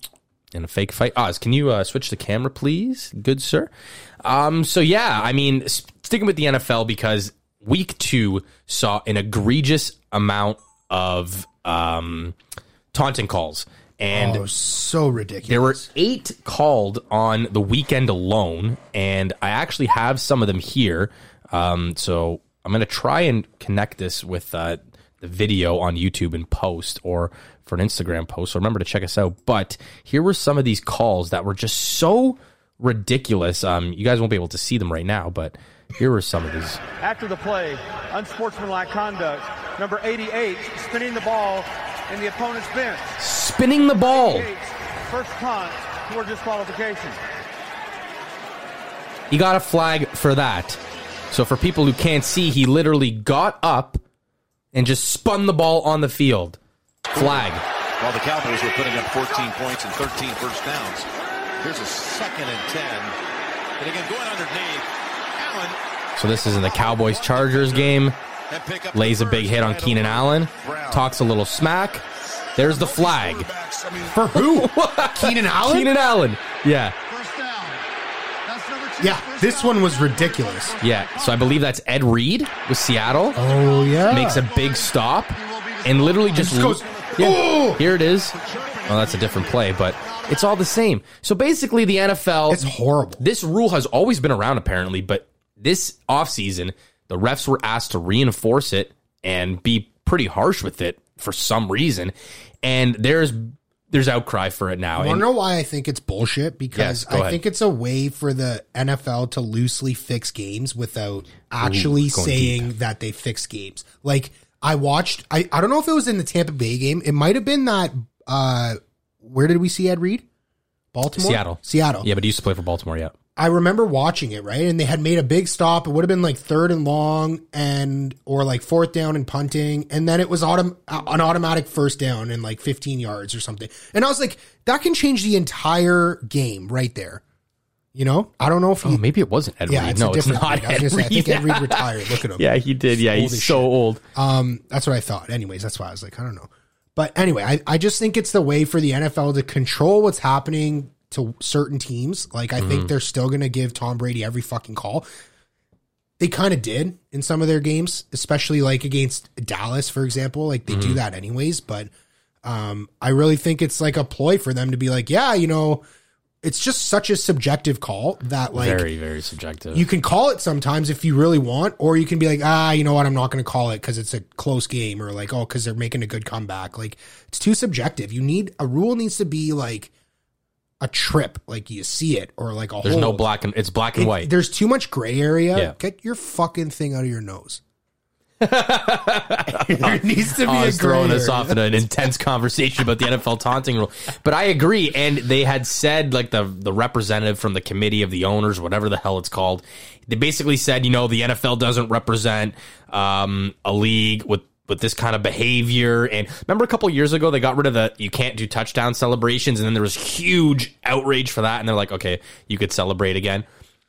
S8: In a fake fight, Oz, can you uh, switch the camera, please, good sir? Um, so yeah, I mean, s- sticking with the NFL because week two saw an egregious amount of um, taunting calls, and
S9: oh, so ridiculous.
S8: there were eight called on the weekend alone, and I actually have some of them here. Um, so I'm going to try and connect this with uh, the video on YouTube and post or for an Instagram post. So remember to check us out. But here were some of these calls that were just so ridiculous. Um, you guys won't be able to see them right now, but here were some of these.
S12: After the play, unsportsmanlike conduct. Number 88, spinning the ball in the opponent's bench.
S8: Spinning the ball.
S12: 88, First punt toward disqualification.
S8: He got a flag for that. So for people who can't see, he literally got up and just spun the ball on the field. Flag.
S13: While the Cowboys were putting up 14 points and 13 first downs. Here's a second and 10. And again, going underneath, Allen
S8: So this is in the Cowboys Chargers game. Lays a big hit on Keenan Allen. Talks a little smack. There's the flag. For who?
S9: Keenan Allen?
S8: Keenan Allen. Yeah.
S9: Yeah, this one was ridiculous.
S8: Yeah. So I believe that's Ed Reed with Seattle.
S9: Oh yeah,
S8: Makes a big stop and literally just,
S9: Just goes,
S8: Yeah.
S9: "Oh!"
S8: Here it is. Well, that's a different play, but it's all the same. So basically, the NFL. It's
S9: horrible.
S8: This rule has always been around, apparently, but this offseason, the refs were asked to reinforce it and be pretty harsh with it for some reason. And there's there's outcry for it now.
S9: I
S8: And-
S9: wonder why I think it's
S8: Yes,
S9: bullshit because
S8: go
S9: I
S8: ahead.
S9: think it's a way for the NFL to loosely fix games without actually
S8: going
S9: saying that they fix games. Like I watched I, I don't know if it was in the Tampa Bay game. It might have been that uh where did we see Ed Reed? Baltimore?
S8: Seattle.
S9: Seattle.
S8: Yeah, but he used to play for Baltimore, yeah.
S9: I remember watching it, right? And they had made a big stop. It would have been like third and long and or like fourth down and punting. And then it was autom- uh, an automatic first down and like 15 yards or something. And I was like, that can change the entire game right there. You know? I don't know if
S8: Oh, maybe it wasn't Ed
S9: Yeah,
S8: Reed.
S9: it's
S8: no,
S9: a
S8: it's
S9: different
S8: not
S9: Reed. I
S8: Ed
S9: was gonna
S8: Reed.
S9: say, I think Ed Reed retired. Look at him.
S8: Yeah, he did. Yeah,
S9: Old
S8: he's
S9: as
S8: so old.
S9: Um, that's what I thought. Anyways, that's why I was like, I don't know. But anyway, I, I just think it's the way for the NFL to control what's happening to certain teams. Like, I
S14: Mhm.
S9: think they're still going to give Tom Brady every fucking call. They kind of did in some of their games, especially like against Dallas, for example. Like, they do
S14: Mhm.
S9: that anyways. But um, I really think it's like a ploy for them to be like, yeah, you know, it's just such a subjective call that, like,
S8: very, very subjective.
S9: you can call it sometimes if you really want, or you can be like, ah, you know what, I'm not going to call it because it's a close game, or like, oh, because they're making a good comeback. Like, it's too subjective. You need a rule needs to be like a trip, like you see it, or like a
S8: There's no
S9: hold.
S8: black and it's black and
S9: It-
S8: white.
S9: There's too much gray area.
S8: Yeah.
S9: Get your fucking thing out of your nose. there needs to be
S8: Oh,
S9: a
S8: it's throwing
S9: gray
S8: us
S9: area.
S8: off in an intense conversation about the NFL taunting rule. But I agree, and they had said like the the representative from the committee of the owners, whatever the hell it's called, they basically said, you know, the NFL doesn't represent um, a league with with this kind of behavior. And remember, a couple years ago, they got rid of the you can't do touchdown celebrations, and then there was huge outrage for that, and they're like, okay, you could celebrate again.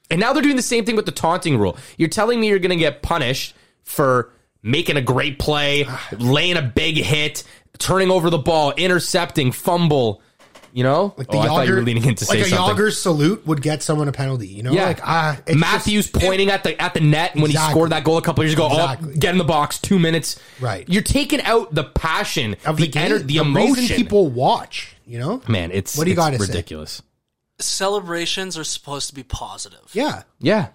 S8: And now they're doing the same thing with the taunting rule. You're telling me you're going to get punished for making a great play, laying a big hit, turning over the ball, intercepting, fumble. You know, like
S9: The
S8: Oh, I thought you were
S9: Yager-
S8: leaning in to
S9: like
S8: say
S9: a
S8: something.
S9: Yager salute would get someone a penalty. You know,
S8: yeah,
S9: like ah, it's
S8: Matthews
S9: just-
S8: pointing at the at the net when he
S9: Exactly.
S8: scored that goal a couple years ago.
S9: Exactly.
S8: Oh, get in the box, two minutes.
S9: Right.
S8: you're taking out the passion,
S9: of
S8: the
S9: game,
S8: ener- the,
S9: reason
S8: emotion.
S9: people watch. You know,
S8: Man, it's
S9: What do you
S8: it's
S9: gotta say?
S8: ridiculous.
S10: Celebrations are supposed to be positive.
S9: yeah,
S8: Yeah.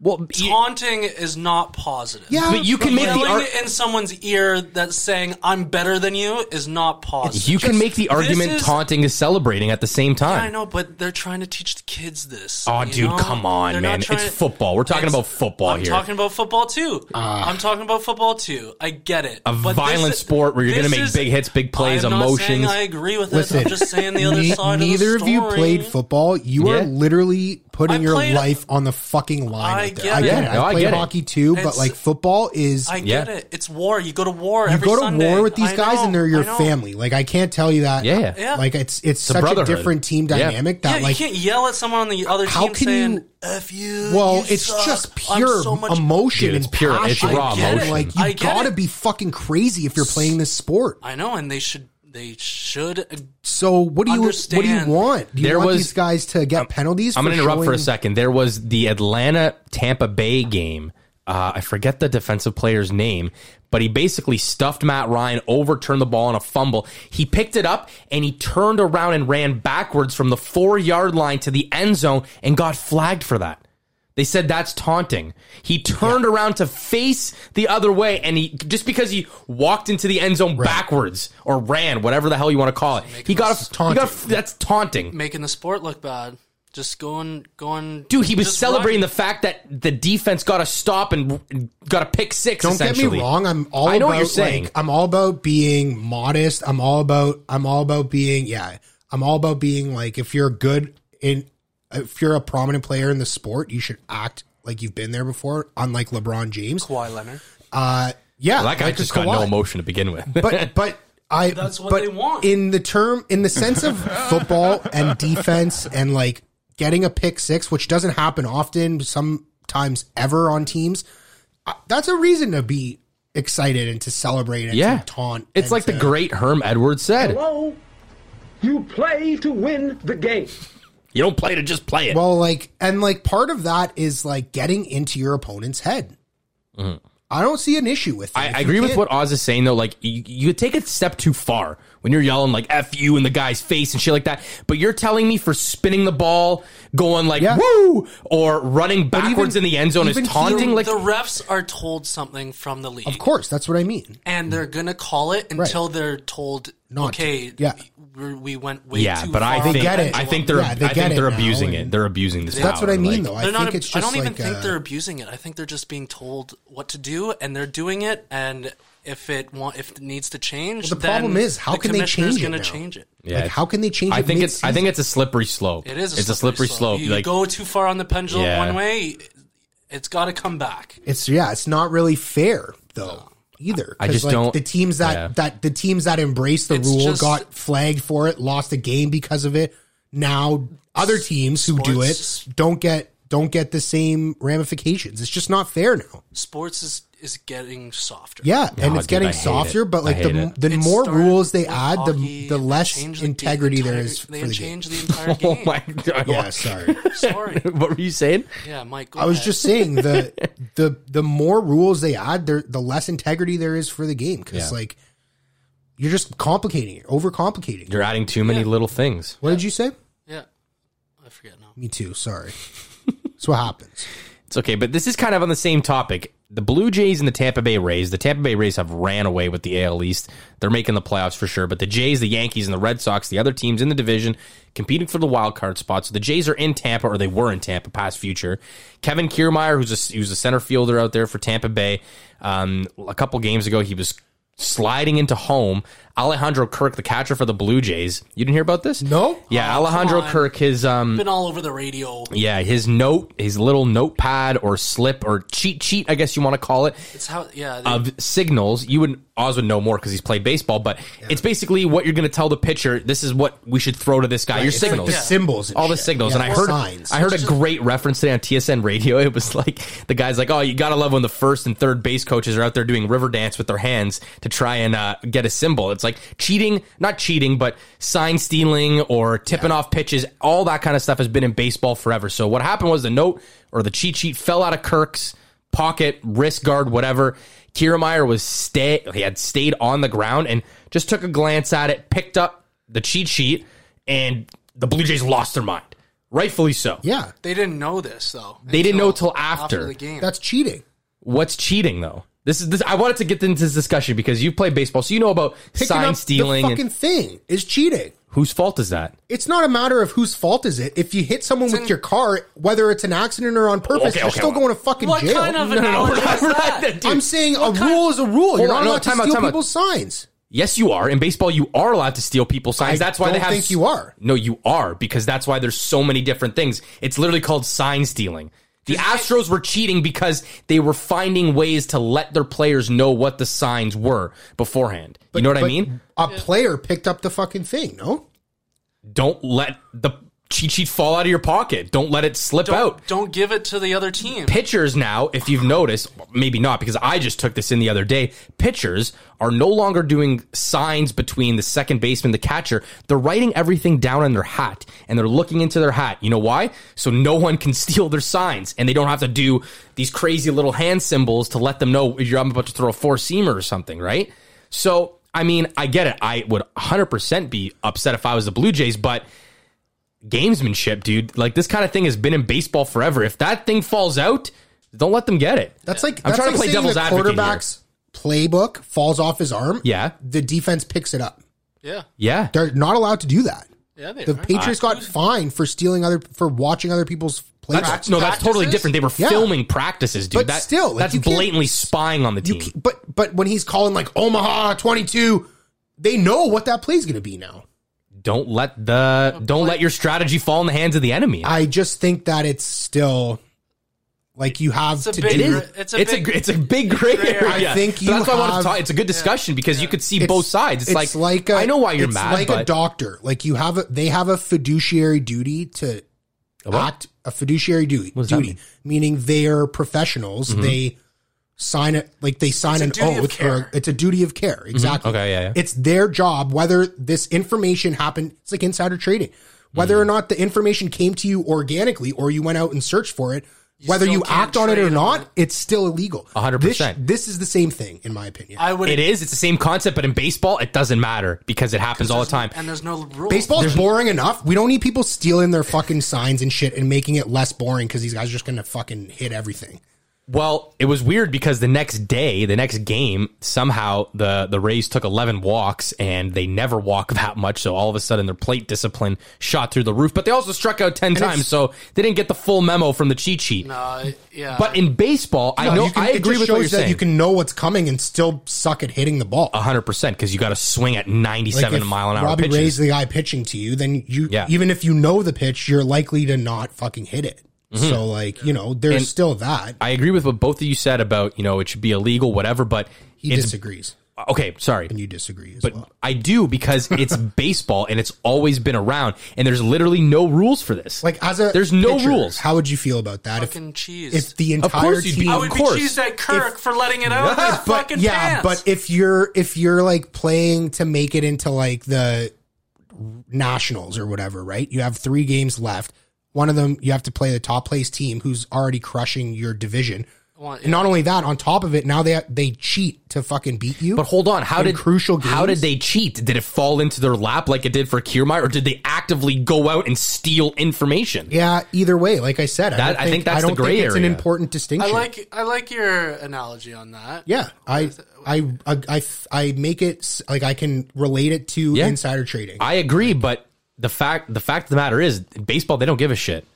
S8: Well,
S10: taunting is not positive.
S8: Yeah, But you can make the
S10: yelling
S8: ar-
S10: it in someone's ear that's saying "I'm better than you" is not positive.
S8: You can make the
S10: This
S8: argument
S10: is-
S8: taunting is celebrating at the same
S10: Yeah,
S8: time.
S10: I know, but they're trying to teach the kids this.
S8: Oh,
S10: you
S8: dude,
S10: know?
S8: come on,
S10: They're not
S8: man.
S10: trying
S8: It's
S10: to-
S8: football. We're talking
S10: It's-
S8: about football
S10: I'm
S8: here.
S10: talking about football too.
S8: Ah.
S10: I'm talking about football too. I get it.
S8: a
S10: But
S8: violent
S10: this-
S8: sport where you're going to
S10: this
S8: make
S10: is-
S8: big hits, big plays,
S10: I'm not saying
S8: emotions.
S10: I agree with it. I'm just saying the other
S9: ne-
S10: side
S9: neither
S10: of
S9: of,
S10: the story.
S9: you played football. You are
S10: Yeah.
S9: literally putting your
S10: played-
S9: life on the fucking line.
S10: I
S9: out there.
S10: get
S9: I
S10: it.
S9: get it.
S10: Yeah, no,
S9: I
S10: I
S9: played
S10: get it.
S9: hockey too, but
S10: It's-
S9: like football is.
S10: I get it. It's war. You go to war
S9: You
S10: every
S9: go to
S10: Sunday.
S9: war with these
S10: I
S9: guys, and
S10: know,
S9: they're
S10: I
S9: your
S10: know.
S9: family. Like I can't tell you that.
S8: Yeah.
S10: Yeah.
S9: Like it's it's
S8: The
S9: such a
S8: brotherhood.
S9: different team
S8: Yeah.
S9: dynamic
S10: Yeah,
S9: that like
S10: you can't yell at someone on the other
S9: How
S10: team
S9: can
S10: saying,
S9: you-
S10: "F you."
S9: Well,
S10: you
S9: it's
S10: suck.
S9: just
S10: uh, I'm
S9: pure
S10: so much-
S9: emotion
S8: Dude, it's
S9: and
S8: pure- it's
S9: passion.
S8: raw I get it. emotion.
S9: Like
S10: I
S9: you
S10: get
S9: gotta
S10: it.
S9: be fucking crazy if you're playing this sport.
S10: I know, and they should. They should. uh,
S9: So what do you what do you
S10: Understand.
S9: want? Do you
S8: There
S9: want
S8: was-
S9: these guys to get penalties?
S8: I'm
S9: for
S8: going to interrupt for a
S9: showing-
S8: second. There was the Atlanta Tampa Bay game. Uh, I forget the defensive player's name, but he basically stuffed Matt Ryan, overturned the ball in a fumble. He picked it up and he turned around and ran backwards from the four yard line to the end zone and got flagged for that. They said that's taunting. He turned around to face the other way, and he just because he walked into the end zone backwards or ran, whatever the hell you want to call it, he got, a, he got a- that's taunting.
S10: making the sport look bad. Just going, going.
S8: Dude, he was
S10: just
S8: celebrating
S10: running.
S8: the fact that the defense got a stop and and got a pick six.
S9: Don't get me
S8: essentially.
S9: wrong. I'm all.
S8: I know
S9: about,
S8: what you're saying.
S9: like, I'm all about being modest. I'm all about. I'm all about being. Yeah. I'm all about being like if you're good in, if you're a prominent player in the sport, you should act like you've been there before. Unlike LeBron James,
S10: Kawhi Leonard.
S9: Uh, yeah,
S8: Well, that guy
S9: like
S8: just
S9: Kawhi.
S8: got no emotion to begin with.
S9: but but I
S10: That's what
S9: but
S10: they want.
S9: in the term in the sense of football and defense and like getting a pick six, which doesn't happen often, sometimes ever on teams. uh, That's a reason to be excited and to celebrate and
S8: yeah,
S9: to taunt.
S8: It's
S9: and
S8: like the
S9: to-
S8: great Herm Edwards said:
S3: Oh,
S7: Hello? You play to win the game.
S8: "You don't play to just play it."
S9: Well, like and like part of that is like getting into your opponent's head.
S8: Mhm.
S9: I don't see an issue with. It.
S8: I,
S9: If
S8: I
S9: you
S8: agree with
S9: can't-
S8: what Oz is saying though. Like you, you take a step too far when you're yelling like "f you" in the guy's face and shit like that. But you're telling me for spinning the ball, going like "woo" or running backwards in the end zone is taunting.
S10: The,
S8: like
S10: the refs are told something from the league,
S9: Of course, that's what I mean.
S10: and they're gonna call it
S9: Right.
S10: until they're told, "Okay,
S9: Yeah.
S10: we, we went way
S8: yeah,
S10: too
S8: but I
S10: far.
S8: think
S9: They get it.
S8: I think they're
S9: Yeah, they
S8: I
S9: get
S8: think
S9: it
S8: they're
S9: now,
S8: abusing it.
S9: and-
S8: They're abusing this.
S9: That's what I
S8: power.
S9: mean,
S8: Like,
S9: though. I
S10: They're
S9: think
S10: not,
S9: it's just
S10: I don't even
S9: like uh,
S10: think
S9: a-
S10: they're abusing it. I think they're just being told what to do, and they're doing it. And if it want, if it needs to change,
S9: Well, the problem
S10: then
S9: is, how
S10: the
S9: can they
S10: commissioner's
S9: change it
S10: gonna
S9: now?
S10: Change it.
S8: Yeah,
S9: Like, how can they change?
S8: I
S9: it
S8: think it's I
S9: mid-season?
S8: think it's a slippery slope.
S10: It is. A
S8: it's a slippery slope.
S10: You
S8: Like
S10: go too far on the pendulum
S8: Yeah.
S10: one way, it's got to come back.
S9: It's yeah, it's not really fair though either.
S8: I
S9: 'Cause,
S8: just don't-
S9: the teams that
S8: yeah.
S9: that the teams that embraced the
S10: It's
S9: rule
S10: just-
S9: got flagged for it, lost a game because of it. Now other teams who do it don't get don't get the same ramifications. It's just not fair now.
S10: Sports is is getting softer.
S9: Yeah,
S8: No,
S9: and it's
S8: dude, I
S9: getting
S8: hate
S9: softer,
S8: it.
S9: but like
S8: I
S9: the
S8: hate
S9: m-
S8: it.
S9: the
S10: It
S9: more
S10: started
S9: rules they
S10: with
S9: add, the
S10: hockey,
S9: the
S10: they
S9: less
S10: changed the
S9: integrity
S10: entire-
S9: there is for
S10: They
S9: the game.
S10: changed the entire
S8: oh
S10: game.
S8: my god!
S9: Yeah, sorry.
S10: Sorry.
S8: what were you saying?
S10: Yeah, Mike. go
S9: I was
S10: ahead.
S9: just saying the the the more rules they add, there the less integrity there is for the game because
S8: Yeah.
S9: like you're just complicating it, overcomplicating. it.
S8: You're adding too many little things.
S9: What did you say?
S10: Yeah, I forget now.
S9: Me too. Sorry. That's what happens.
S8: It's okay, but this is kind of on the same topic. The Blue Jays and the Tampa Bay Rays. The Tampa Bay Rays have ran away with the AL East. They're making the playoffs for sure. But the Jays, the Yankees, and the Red Sox, the other teams in the division, competing for the wild card spot. So the Jays are in Tampa, or they were in Tampa, past future. Kevin Kiermaier, who's a, who's a center fielder out there for Tampa Bay, um, a couple games ago he was sliding into home. Alejandro Kirk, the catcher for the Blue Jays. You didn't hear about this?
S9: No.
S8: Yeah, Alejandro
S10: on.
S8: Kirk. His um,
S10: Been all over the radio.
S8: yeah, his note, his little notepad or slip or cheat sheet, I guess you want to call it,
S10: It's how. Yeah. they-
S8: of signals. You would Oz would know more because he's played baseball, but it's basically what you're going to tell the pitcher. This is what we should throw to this guy.
S9: Right,
S8: your
S9: it's like
S8: signals,
S9: the symbols and
S8: all the
S9: shit.
S8: signals.
S9: Yeah,
S8: and I
S9: or
S8: heard,
S9: signs.
S8: I heard a great reference today on TSN radio. It was like the guy's like, "Oh, you got to love when the first and third base coaches are out there doing river dance with their hands to try and uh, get a symbol." It's like cheating, not cheating, but sign stealing or tipping off pitches. All that kind of stuff has been in baseball forever. So what happened was the note or the cheat sheet fell out of Kirk's pocket, wrist guard, whatever. Kiermaier was stay he had stayed on the ground and just took a glance at it, picked up the cheat sheet, and the Blue Jays lost their mind. Rightfully so.
S9: Yeah.
S10: They didn't know this though.
S8: They didn't know till after.
S10: the game.
S9: That's cheating.
S8: What's cheating though? This is this. I wanted to get into this discussion because you play baseball, so you know about
S9: Picking
S8: sign
S9: up
S8: stealing.
S9: the
S8: and-
S9: fucking thing is cheating.
S8: whose fault is that?
S9: It's not a matter of whose fault is it. If you hit someone with your car, whether it's an accident or on purpose,
S8: Okay,
S9: you're
S8: okay,
S9: still
S8: well-
S9: going to fucking
S10: What
S9: jail.
S10: kind of No, no, no, analogy we're not- is we're not- that? dude.
S9: I'm saying
S10: What
S9: a
S10: kind-
S9: rule is a rule.
S8: Hold
S9: you're not
S8: on, no,
S9: allowed
S8: time
S9: to
S8: out,
S9: steal
S8: time out.
S9: people's signs.
S8: Yes, you are. In baseball, you are allowed to steal people's signs.
S9: I
S8: that's why they
S9: don't
S8: have.
S9: think you are.
S8: No, you are because that's why there's so many different things. It's literally called sign stealing. The Astros were cheating because they were finding ways to let their players know what the signs were beforehand. you know what I
S9: But
S8: mean?
S9: A player picked up the fucking thing. No,
S8: Don't let the cheat sheet fall out of your pocket. Don't let it slip out.
S10: Don't give it to the other team.
S8: pitchers now, if you've noticed, maybe not because I just took this in the other day, pitchers are no longer doing signs between the second baseman, the catcher. They're writing everything down in their hat and they're looking into their hat. You know why? So no one can steal their signs and they don't have to do these crazy little hand symbols to let them know you're I'm about to throw a four seamer or something, right? So, I mean, I get it. I would 100% be upset if I was the Blue Jays, but gamesmanship, dude. Like this kind of thing has been in baseball forever. If that thing falls out, don't let them get it.
S9: that's like
S8: I'm
S9: that's
S8: trying
S9: like
S8: to play
S9: saying
S8: devil's
S9: the
S8: advocate. here.
S9: quarterback's playbook falls off his arm.
S8: Yeah.
S9: the defense picks it up.
S10: Yeah.
S8: Yeah.
S9: They're not allowed to do that.
S10: Yeah, they
S9: The
S10: are.
S9: Patriots got fined for stealing other for watching other people's playbooks.
S8: That's, no, that's totally different. They were
S9: Yeah.
S8: filming practices, dude.
S9: But
S8: that,
S9: still, like,
S8: that's
S9: you can't-
S8: blatantly spying on the team.
S9: But but when he's calling like Omaha 22, they know what that play's going to be now.
S8: Don't let the don't let your strategy fall in the hands of the enemy.
S9: I just think that it's still like you have
S10: a
S9: to
S10: big-
S8: it
S9: do.
S8: is.
S10: gr- it's
S8: It's
S10: a
S8: a it's
S10: big-
S8: a, big gray area.
S9: I think
S8: But
S9: you
S8: that's why I wanted
S9: have-
S8: to talk. It's a good discussion because you could see
S9: It's-
S8: both sides. It's, like,
S9: a-
S8: I know why you're
S9: it's
S8: mad,
S9: Like a
S8: but
S9: doctor, like you have a they have a fiduciary duty to
S8: what?
S9: act a fiduciary duty,
S8: What does that
S9: duty
S8: mean? Mm-hmm.
S9: meaning they're professionals. They sign it like they sign
S10: It's a
S9: an
S10: duty of
S9: oath. Or
S10: care.
S9: a, it's a duty of care, exactly.
S8: Mm-hmm. Okay, yeah, yeah.
S9: It's their job whether this information happened. It's like insider trading. Whether
S8: Mm.
S9: or not the information came to you organically or you went out and searched for it, whether
S10: still
S9: you
S10: can't
S9: act on it
S10: trade
S9: or
S10: on
S9: not,
S10: it.
S9: it's still illegal.
S8: 100%.
S9: This, this is the same thing, in my opinion.
S10: I would
S8: it is. It's the same concept, but in baseball, it doesn't matter because it happens all the time.
S10: and there's no rule.
S9: Baseball's boring enough. We don't need people stealing their fucking signs and shit and making it less boring because these guys are just gonna fucking hit everything.
S8: Well, it was weird because the next day, the next game, somehow the the Rays took 11 walks and they never walk that much. So all of a sudden their plate discipline shot through the roof, but they also struck out 10 times.
S9: it's-
S8: So they didn't get the full memo from the cheat sheet.
S10: Uh, yeah.
S8: But in baseball, I
S9: No,
S8: know
S9: you can-
S8: I
S9: it
S8: agree
S9: just
S8: with what you're
S9: shows that
S8: saying.
S9: You can know what's coming and still suck at hitting the ball.
S8: 100% because you got to swing at 97
S9: if
S8: mile an hour
S9: Robbie
S8: pitches.
S9: Ray's the guy pitching to you, then you
S8: Yeah.
S9: even if you know the pitch, you're likely to not fucking hit it. So like you know, there's
S8: Mm-hmm. And-
S9: still that.
S8: I agree with what both of you said about, you know, it should be illegal, whatever, but
S9: He
S8: it's,
S9: disagrees,
S8: okay, sorry.
S9: and you disagree as
S8: but
S9: well.
S8: I do because it's baseball and it's always been around, and there's literally no rules for this.
S9: Like as a
S8: there's no
S9: pitcher,
S8: rules.
S9: How would you feel about that? If,
S10: fucking cheese.
S9: if the
S8: Of
S9: entire
S8: course you'd be-
S9: team
S10: I would
S8: of
S10: be
S8: course.
S10: cheesed at Kirk for letting it out. of his
S8: But-
S10: fucking
S9: yeah
S10: pants.
S9: but if you're if you're like playing to make it into like the nationals or whatever right you have three games left one of them you have to play the top place team who's already crushing your division
S10: Well, yeah.
S9: and not only that on top of it now they they cheat to fucking beat you
S8: but hold on, how
S9: in
S8: did
S9: crucial games?
S8: How did they cheat? Did it fall into their lap like it did for Kiermaier, or did they actively go out and steal information?
S9: yeah either way like i said
S8: That-
S9: don't
S8: I think that's
S9: i
S8: the
S9: don't
S8: gray
S9: think it's an
S8: area.
S9: important distinction
S10: I like I like your analogy on that.
S9: yeah I, I i I- I make it s- like i can relate it to
S8: Yeah.
S9: insider trading
S8: I agree, but the fact the fact of the matter is, in baseball they don't give a shit.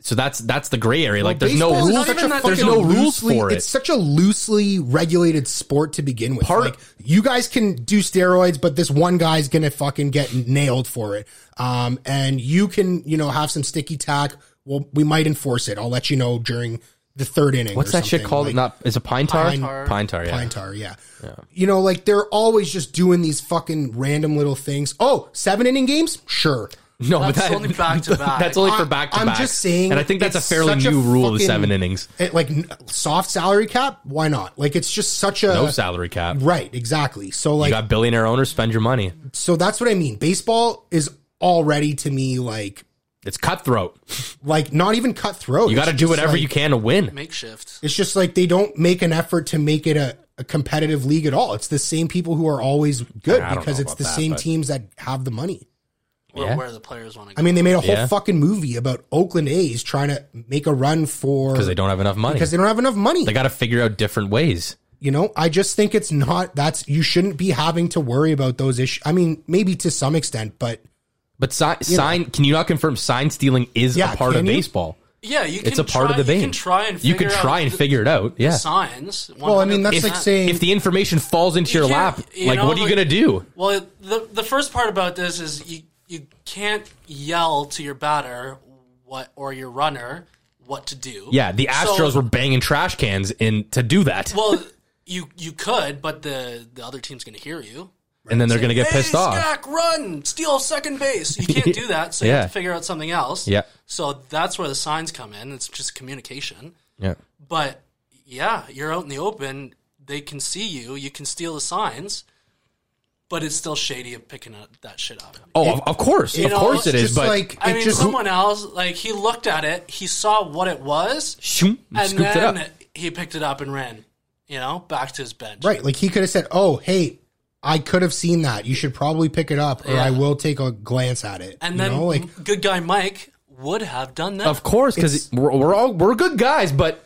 S8: So that's that's the gray area. like there's no
S9: Baseball is
S8: rules.
S9: such a
S8: There's
S9: fucking
S8: no rules
S9: loosely-
S8: for
S9: It's
S8: it.
S9: such a loosely regulated sport to begin with.
S8: Part-
S9: like you guys can do steroids, but this one guy's gonna fucking get nailed for it. Um, and you can you know have some sticky tack. Well, we might enforce it. I'll let you know during the third inning.
S8: What's
S9: or
S8: that shit
S9: something,
S8: called?
S9: like-
S8: Not is it pine tar?
S9: Pine
S8: tar.
S9: tar.
S8: Pine tar. Yeah.
S9: Pine tar, yeah. You know, like they're always just doing these fucking random little things. Oh, seven inning games? Sure.
S8: No,
S10: That's
S8: but that,
S10: only back-to-back.
S8: That's only for
S9: I-
S8: back to
S9: I'm
S8: back.
S9: just saying,
S8: and I think that's a
S9: it's
S8: fairly
S9: such a
S8: new rule of the
S9: fucking-
S8: seven innings.
S9: It, like n- soft salary cap? Why not? Like it's just such a
S8: No salary cap.
S9: Right, exactly. So uh, like
S8: you got billionaire owners spend your money.
S9: so that's what I mean. Baseball is already to me like
S8: It's cutthroat.
S9: like not even cutthroat.
S8: You got to
S9: It's
S8: do
S9: just,
S8: whatever
S9: like-
S8: you can to win.
S10: Makeshift.
S9: It's just like they don't make an effort to make it a, a competitive league at all. It's the same people who are always good
S8: I don't know
S9: because it's
S8: about
S9: the
S8: that,
S9: same
S8: but-
S9: teams that have the money.
S10: where,
S9: Yeah.
S10: where the players want to go.
S9: I mean, they made a whole
S8: Yeah.
S9: fucking movie about Oakland A's trying to make a run for
S8: because they don't have enough money.
S9: Because they don't have enough money.
S8: They got to figure out different ways.
S9: You know, I just think it's not that's you shouldn't be having to worry about those issues. I mean, maybe to some extent, but
S8: But si-
S9: You know.
S8: sign, can you not confirm sign stealing is
S9: Yeah,
S8: a part of
S9: can you?
S8: baseball?
S10: Yeah, you
S8: It's
S10: can
S8: a part
S10: try-
S8: of the
S10: you
S8: game.
S10: can try and
S8: you can
S10: figure
S8: try
S10: out
S8: and
S10: the-
S8: figure it out. Yeah.
S10: signs.
S9: Well, I mean, that's
S8: if,
S9: like saying-
S8: if the information falls into your
S10: You
S8: lap,
S10: can't- you
S8: like
S10: know,
S8: what are you
S10: like-
S8: gonna do?
S10: Well, the the first part about this is you you can't yell to your batter what or your runner what to do.
S8: Yeah, the Astros
S10: So-
S8: were banging trash cans in to do that,
S10: well. You you could, but the the other team's going to hear you.
S8: and then they're gonna get
S10: Hey,
S8: pissed off.
S10: Stack, run, steal second base. You can't do that, so you
S8: Yeah.
S10: have to figure out something else.
S8: Yeah.
S10: So that's where the signs come in. It's just communication.
S8: Yeah,
S10: But yeah, you're out in the open. They can see you. You can steal the signs, but it's still shady of picking up that shit up.
S8: Oh, of, of course,
S10: You
S8: of
S10: know,
S8: course it
S10: it's
S8: is.
S10: just
S8: But
S9: like-
S10: I
S9: It
S10: mean,
S9: just-
S10: someone else like he looked at it. He saw what it was,
S8: Shoom,
S10: and
S8: scooped it
S10: then
S8: up.
S10: he picked it up and ran. You know, back to his bench.
S9: right, like he could have said, "Oh, hey, I could have seen that. You should probably pick it up, or I will take a glance at it."
S10: And
S9: you
S10: then
S9: know, like
S10: good guy Mike would have done that.
S8: of course, because we're, we're all we're good guys, but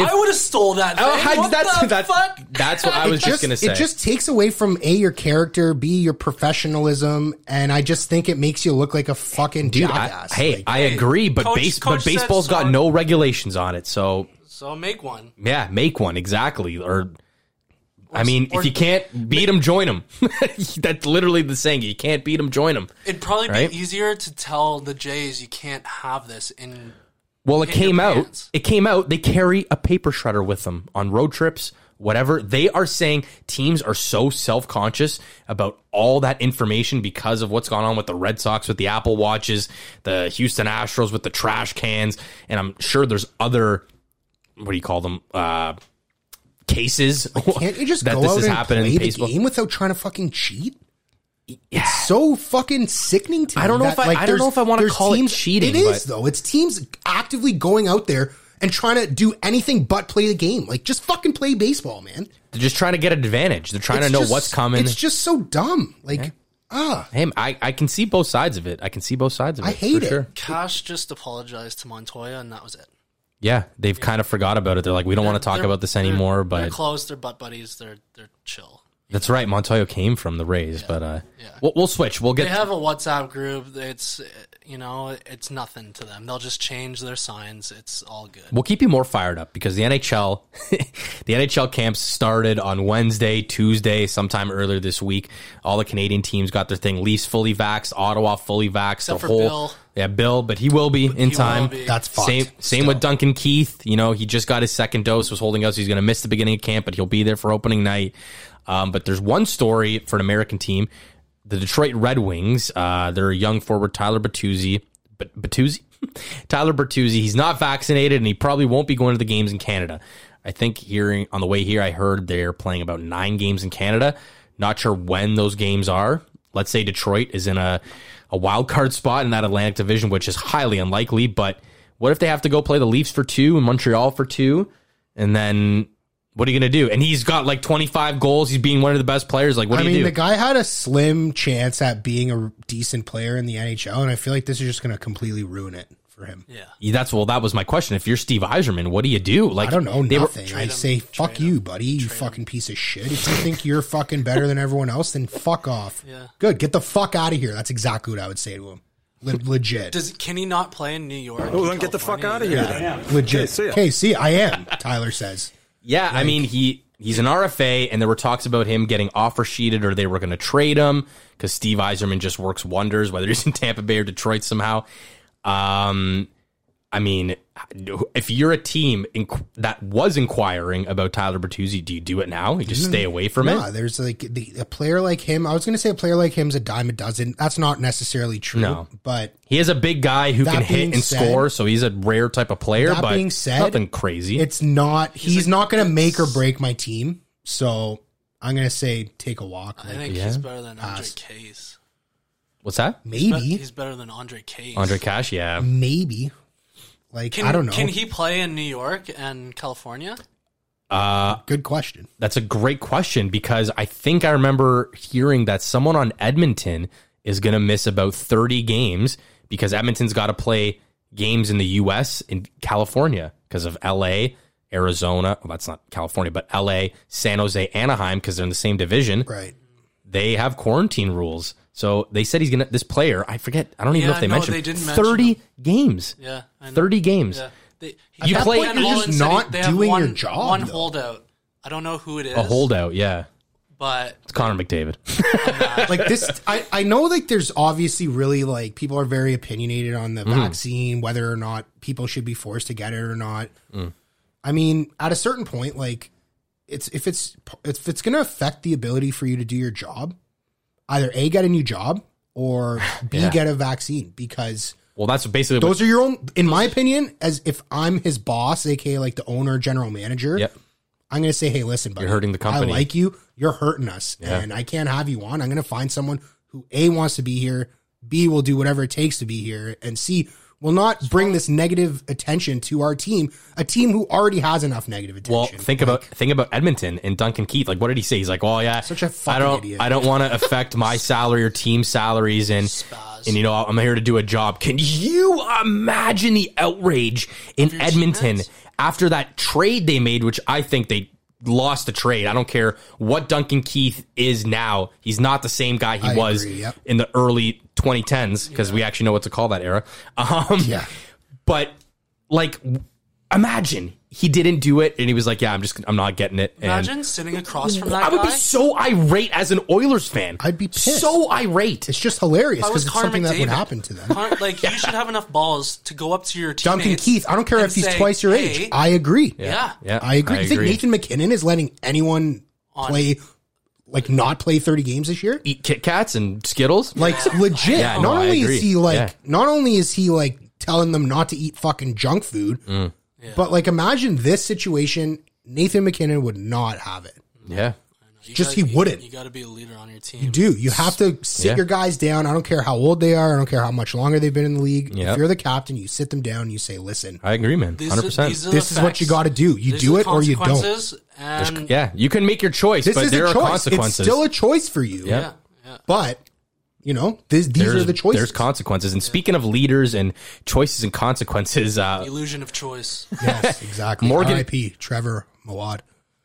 S10: I would have stole that. Thing.
S8: Oh, hi-
S10: what
S8: that's-
S10: the
S8: that's-
S10: fuck?
S8: that's what I was just gonna say.
S9: It just takes away from a your character, b your professionalism, and I just think it makes you look like a fucking
S8: dude, I,
S9: jackass.
S8: hey,
S9: Like,
S8: I agree, but
S10: Coach-
S8: base,
S10: Coach
S8: but
S10: said
S8: baseball's got
S10: so.
S8: no regulations on it, so
S10: So make one.
S8: yeah, make one exactly. Or, I mean,
S10: or-
S8: if you can't beat them, join them. That's literally the saying. You can't beat them, join them.
S10: It'd probably
S8: Right?
S10: be easier to tell the Jays you can't have this in.
S8: Well, it
S10: in your
S8: came out.
S10: pants.
S8: It came out. They carry a paper shredder with them on road trips, whatever. They are saying teams are so self conscious about all that information because of what's gone on with the Red Sox, with the Apple Watches, the Houston Astros with the trash cans, and I'm sure there's other what do you call them? Uh, cases.
S9: can't you just
S8: that
S9: go
S8: this
S9: out
S8: is
S9: and
S8: happening in
S9: play the
S8: baseball?
S9: game without trying to fucking cheat? It's so fucking sickening to me.
S8: I don't know
S9: that,
S8: if I- I don't
S9: there's-
S8: know if I wanna
S9: there's
S8: call it
S9: teams,
S8: cheating,
S9: It is
S8: but-
S9: though. It's teams actively going out there and trying to do anything but play the game. Like just fucking play baseball, man.
S8: They're just trying to get an advantage. They're trying
S9: It's
S8: to know
S9: just-
S8: what's coming.
S9: It's just so dumb. Like ah,
S8: Hey, I, I can see both sides of it. I can see both sides of it.
S9: I hate
S8: for
S9: it.
S8: Sure.
S10: Cash just apologized to Montoya, and that was it.
S8: Yeah, they've kind of forgot about it. They're like, we don't want to talk
S10: They're-
S8: about this
S10: they're-
S8: anymore.
S10: they're
S8: But
S10: close. They're butt buddies. They're they're chill.
S8: that's right. Montoya came from the Rays, but uh, we'll, we'll switch. We'll
S10: they
S8: get.
S10: have a WhatsApp group. It's uh, you know, it's nothing to them. They'll just change their signs. It's all good.
S8: We'll keep you more fired up because the NHL, the NHL camps started on Wednesday, Tuesday, sometime earlier this week. All the Canadian teams got their thing. Leafs fully vaxxed, Ottawa fully vaxxed. the
S10: for
S8: whole
S10: Bill.
S8: yeah, Bill, but he will be in
S10: will
S8: time.
S10: be.
S9: That's fucked.
S8: Same same with Duncan Keith. You know, he just got his second dose, was holding out, so he's going to miss the beginning of camp, but he'll be there for opening night. Um, but there's one story for an American team. The Detroit Red Wings, uh, their young forward Tyler Bertuzzi, but Bertuzzi, Tyler Bertuzzi, he's not vaccinated and he probably won't be going to the games in Canada. I think hearing on the way here, I heard they're playing about nine games in Canada. Not sure when those games are. Let's say Detroit is in a a wild card spot in that Atlantic division, which is highly unlikely. But what if they have to go play the Leafs for two and Montreal for two, and then what are you going to do? And he's got like twenty five goals. He's being one of the best players. Like, what
S9: I
S8: do you
S9: mean,
S8: do?
S9: the guy had a slim chance at being a decent player in the NHL, and I feel like this is just going to completely ruin it for him.
S8: Yeah, that's well. That was my question. If you're Steve Eiserman, what do you do? Like,
S9: I don't know
S8: they were-
S9: nothing. I say fuck you, buddy. You fucking piece of shit. If you think you're fucking better than everyone else, then fuck off.
S10: Yeah.
S9: Good. Get the fuck out of here. That's exactly what I would say to him. Le- legit.
S10: Does can he not play in New York?
S14: Well, Oh, then get the fuck out of here. Then.
S9: legit.
S14: Okay, see ya.
S9: Okay, see, I am. Tyler says.
S8: Yeah, I mean he he's an RFA, and there were talks about him getting offer sheeted, or they were going to trade him because Steve Eiserman just works wonders, whether he's in Tampa Bay or Detroit somehow. Um, I mean, if you're a team inqu- that was inquiring about Tyler Bertuzzi, do you do it now? You just stay away from
S9: Mm-hmm. Nah,
S8: it.
S9: there's like the, a player like him. I was gonna say a player like him's a dime a dozen. That's not necessarily true.
S8: No.
S9: But
S8: He is a big guy who
S9: That
S8: can hit
S9: being
S8: and
S9: said-
S8: score, so he's a rare type of player.
S9: That
S8: but
S9: being said,
S8: nothing crazy.
S9: it's not he's, not gonna make or break my team. So I'm gonna say take a walk.
S10: I
S9: Like,
S10: think
S8: Yeah.
S10: he's better than Andre
S9: Pass.
S10: Case.
S8: What's that?
S10: But
S9: maybe.
S10: he's better than Andre Case.
S8: Andre Cash, yeah.
S9: Maybe. Like
S10: Can,
S9: I don't know.
S10: Can he play in New York and California?
S8: Uh,
S9: Good question.
S8: That's a great question because I think I remember hearing that someone on Edmonton is going to miss about 30 games because Edmonton's got to play games in the U.S. in California because of L.A., Arizona. Well, that's not California, but L.A., San Jose, Anaheim because they're in the same division.
S9: Right.
S8: They have quarantine rules. So they said he's gonna this player. I forget. I don't even know
S10: Yeah,
S8: if they
S10: no,
S8: mentioned
S10: they didn't mention
S8: thirty games.
S10: Yeah, I know.
S8: thirty games.
S10: Yeah. They,
S8: You
S10: they
S8: play-
S10: had
S8: You're
S10: Holland
S8: just
S10: City-
S8: not
S10: they have
S8: doing
S10: one,
S8: your job,
S10: One
S8: though.
S10: holdout. I don't know who it is.
S8: A holdout. Yeah,
S10: but
S8: it's Connor McDavid.
S9: like this I, I know like there's obviously really like people are very opinionated on the
S8: Mhm.
S9: vaccine whether or not people should be forced to get it or not
S8: Mm.
S9: i mean at a certain point like it's if it's if it's going to affect the ability for you to do your job either a get a new job or b
S8: Yeah.
S9: get a vaccine because
S8: Well, that's basically
S9: those
S8: what,
S9: are your own in my opinion as if i'm his boss aka like the owner general manager
S8: Yep.
S9: i'm going to say hey listen buddy
S8: You're hurting the company.
S9: i like you you're hurting us
S8: Yeah.
S9: and i can't have you on i'm going to find someone who a wants to be here b will do whatever it takes to be here and c will not bring this negative attention to our team a team who already has enough negative attention
S8: well, think about think about Edmonton and Duncan Keith. Like, what did he say? He's like, "Oh yeah,
S9: Such a
S8: I
S9: fucking
S8: don't
S9: idiot."
S8: I don't want to affect my salary or team salaries, and and you know I'm here to do a job." Can you imagine the outrage in Edmonton after that trade they made, which I think they lost the trade. I don't care what Duncan Keith is now; he's not the same guy he
S9: I
S8: was
S9: agree, yep.
S8: in the early 2010s because we actually know what to call that era. Um,
S9: Yeah.
S8: But like, w- imagine he didn't do it, and he was like, "Yeah, I'm just, I'm not getting it."
S10: Imagine
S8: And
S10: sitting across from that
S8: I would
S10: guy.
S8: be so irate as an Oilers fan.
S9: I'd be pissed.
S8: so irate.
S9: it's just hilarious
S10: If I
S9: because
S10: was
S9: it's
S10: Connor
S9: something that would
S10: McDavid,
S9: happen to them
S10: Connor- like you should have enough balls to go up to your teammates.
S9: Duncan Keith, I don't care
S10: and
S9: if he's
S10: say,
S9: twice your
S10: "Hey,
S9: age. I agree.
S10: Yeah.
S8: Yeah,
S9: I agree.
S8: I
S9: you think
S8: agree.
S9: Nathan McKinnon is letting anyone play, like, not play 30 games this year?
S8: Eat Kit Kats and Skittles.
S9: Like, legit.
S8: Yeah, no,
S9: not
S8: I
S9: only
S8: agree.
S9: is he, like,
S8: Yeah.
S9: not only is he, like, telling them not to eat fucking junk food,
S8: Mm.
S9: but, like, imagine this situation. Nathan McKinnon would not have it.
S8: Yeah.
S10: You
S9: Just
S10: gotta-
S9: he wouldn't.
S10: You got to be a leader on your team.
S9: You do. You have to sit
S8: Yeah.
S9: your guys down. I don't care how old they are. I don't care how much longer they've been in the league.
S8: Yeah.
S9: If you're the captain, you sit them down. And you say, "Listen,
S8: I agree, man.
S10: These
S8: Hundred
S10: are-
S8: percent.
S10: these are
S9: this
S10: the
S9: is what
S10: facts.
S9: you got to do. You
S10: These
S9: do
S10: are
S9: it
S10: the
S9: or you don't."
S10: consequences, And
S8: Yeah, you can make your choice,
S9: This
S8: but
S9: is
S8: there
S9: a
S8: are
S9: choice. It's
S8: consequences.
S9: still a choice for you.
S8: Yeah.
S9: But you know, this, these
S8: there's,
S9: are the choices.
S8: There's consequences. And speaking of leaders and choices and consequences, uh,
S10: illusion of choice.
S9: yes, exactly.
S8: Morgan-
S9: R.I.P. Trevor Mawad.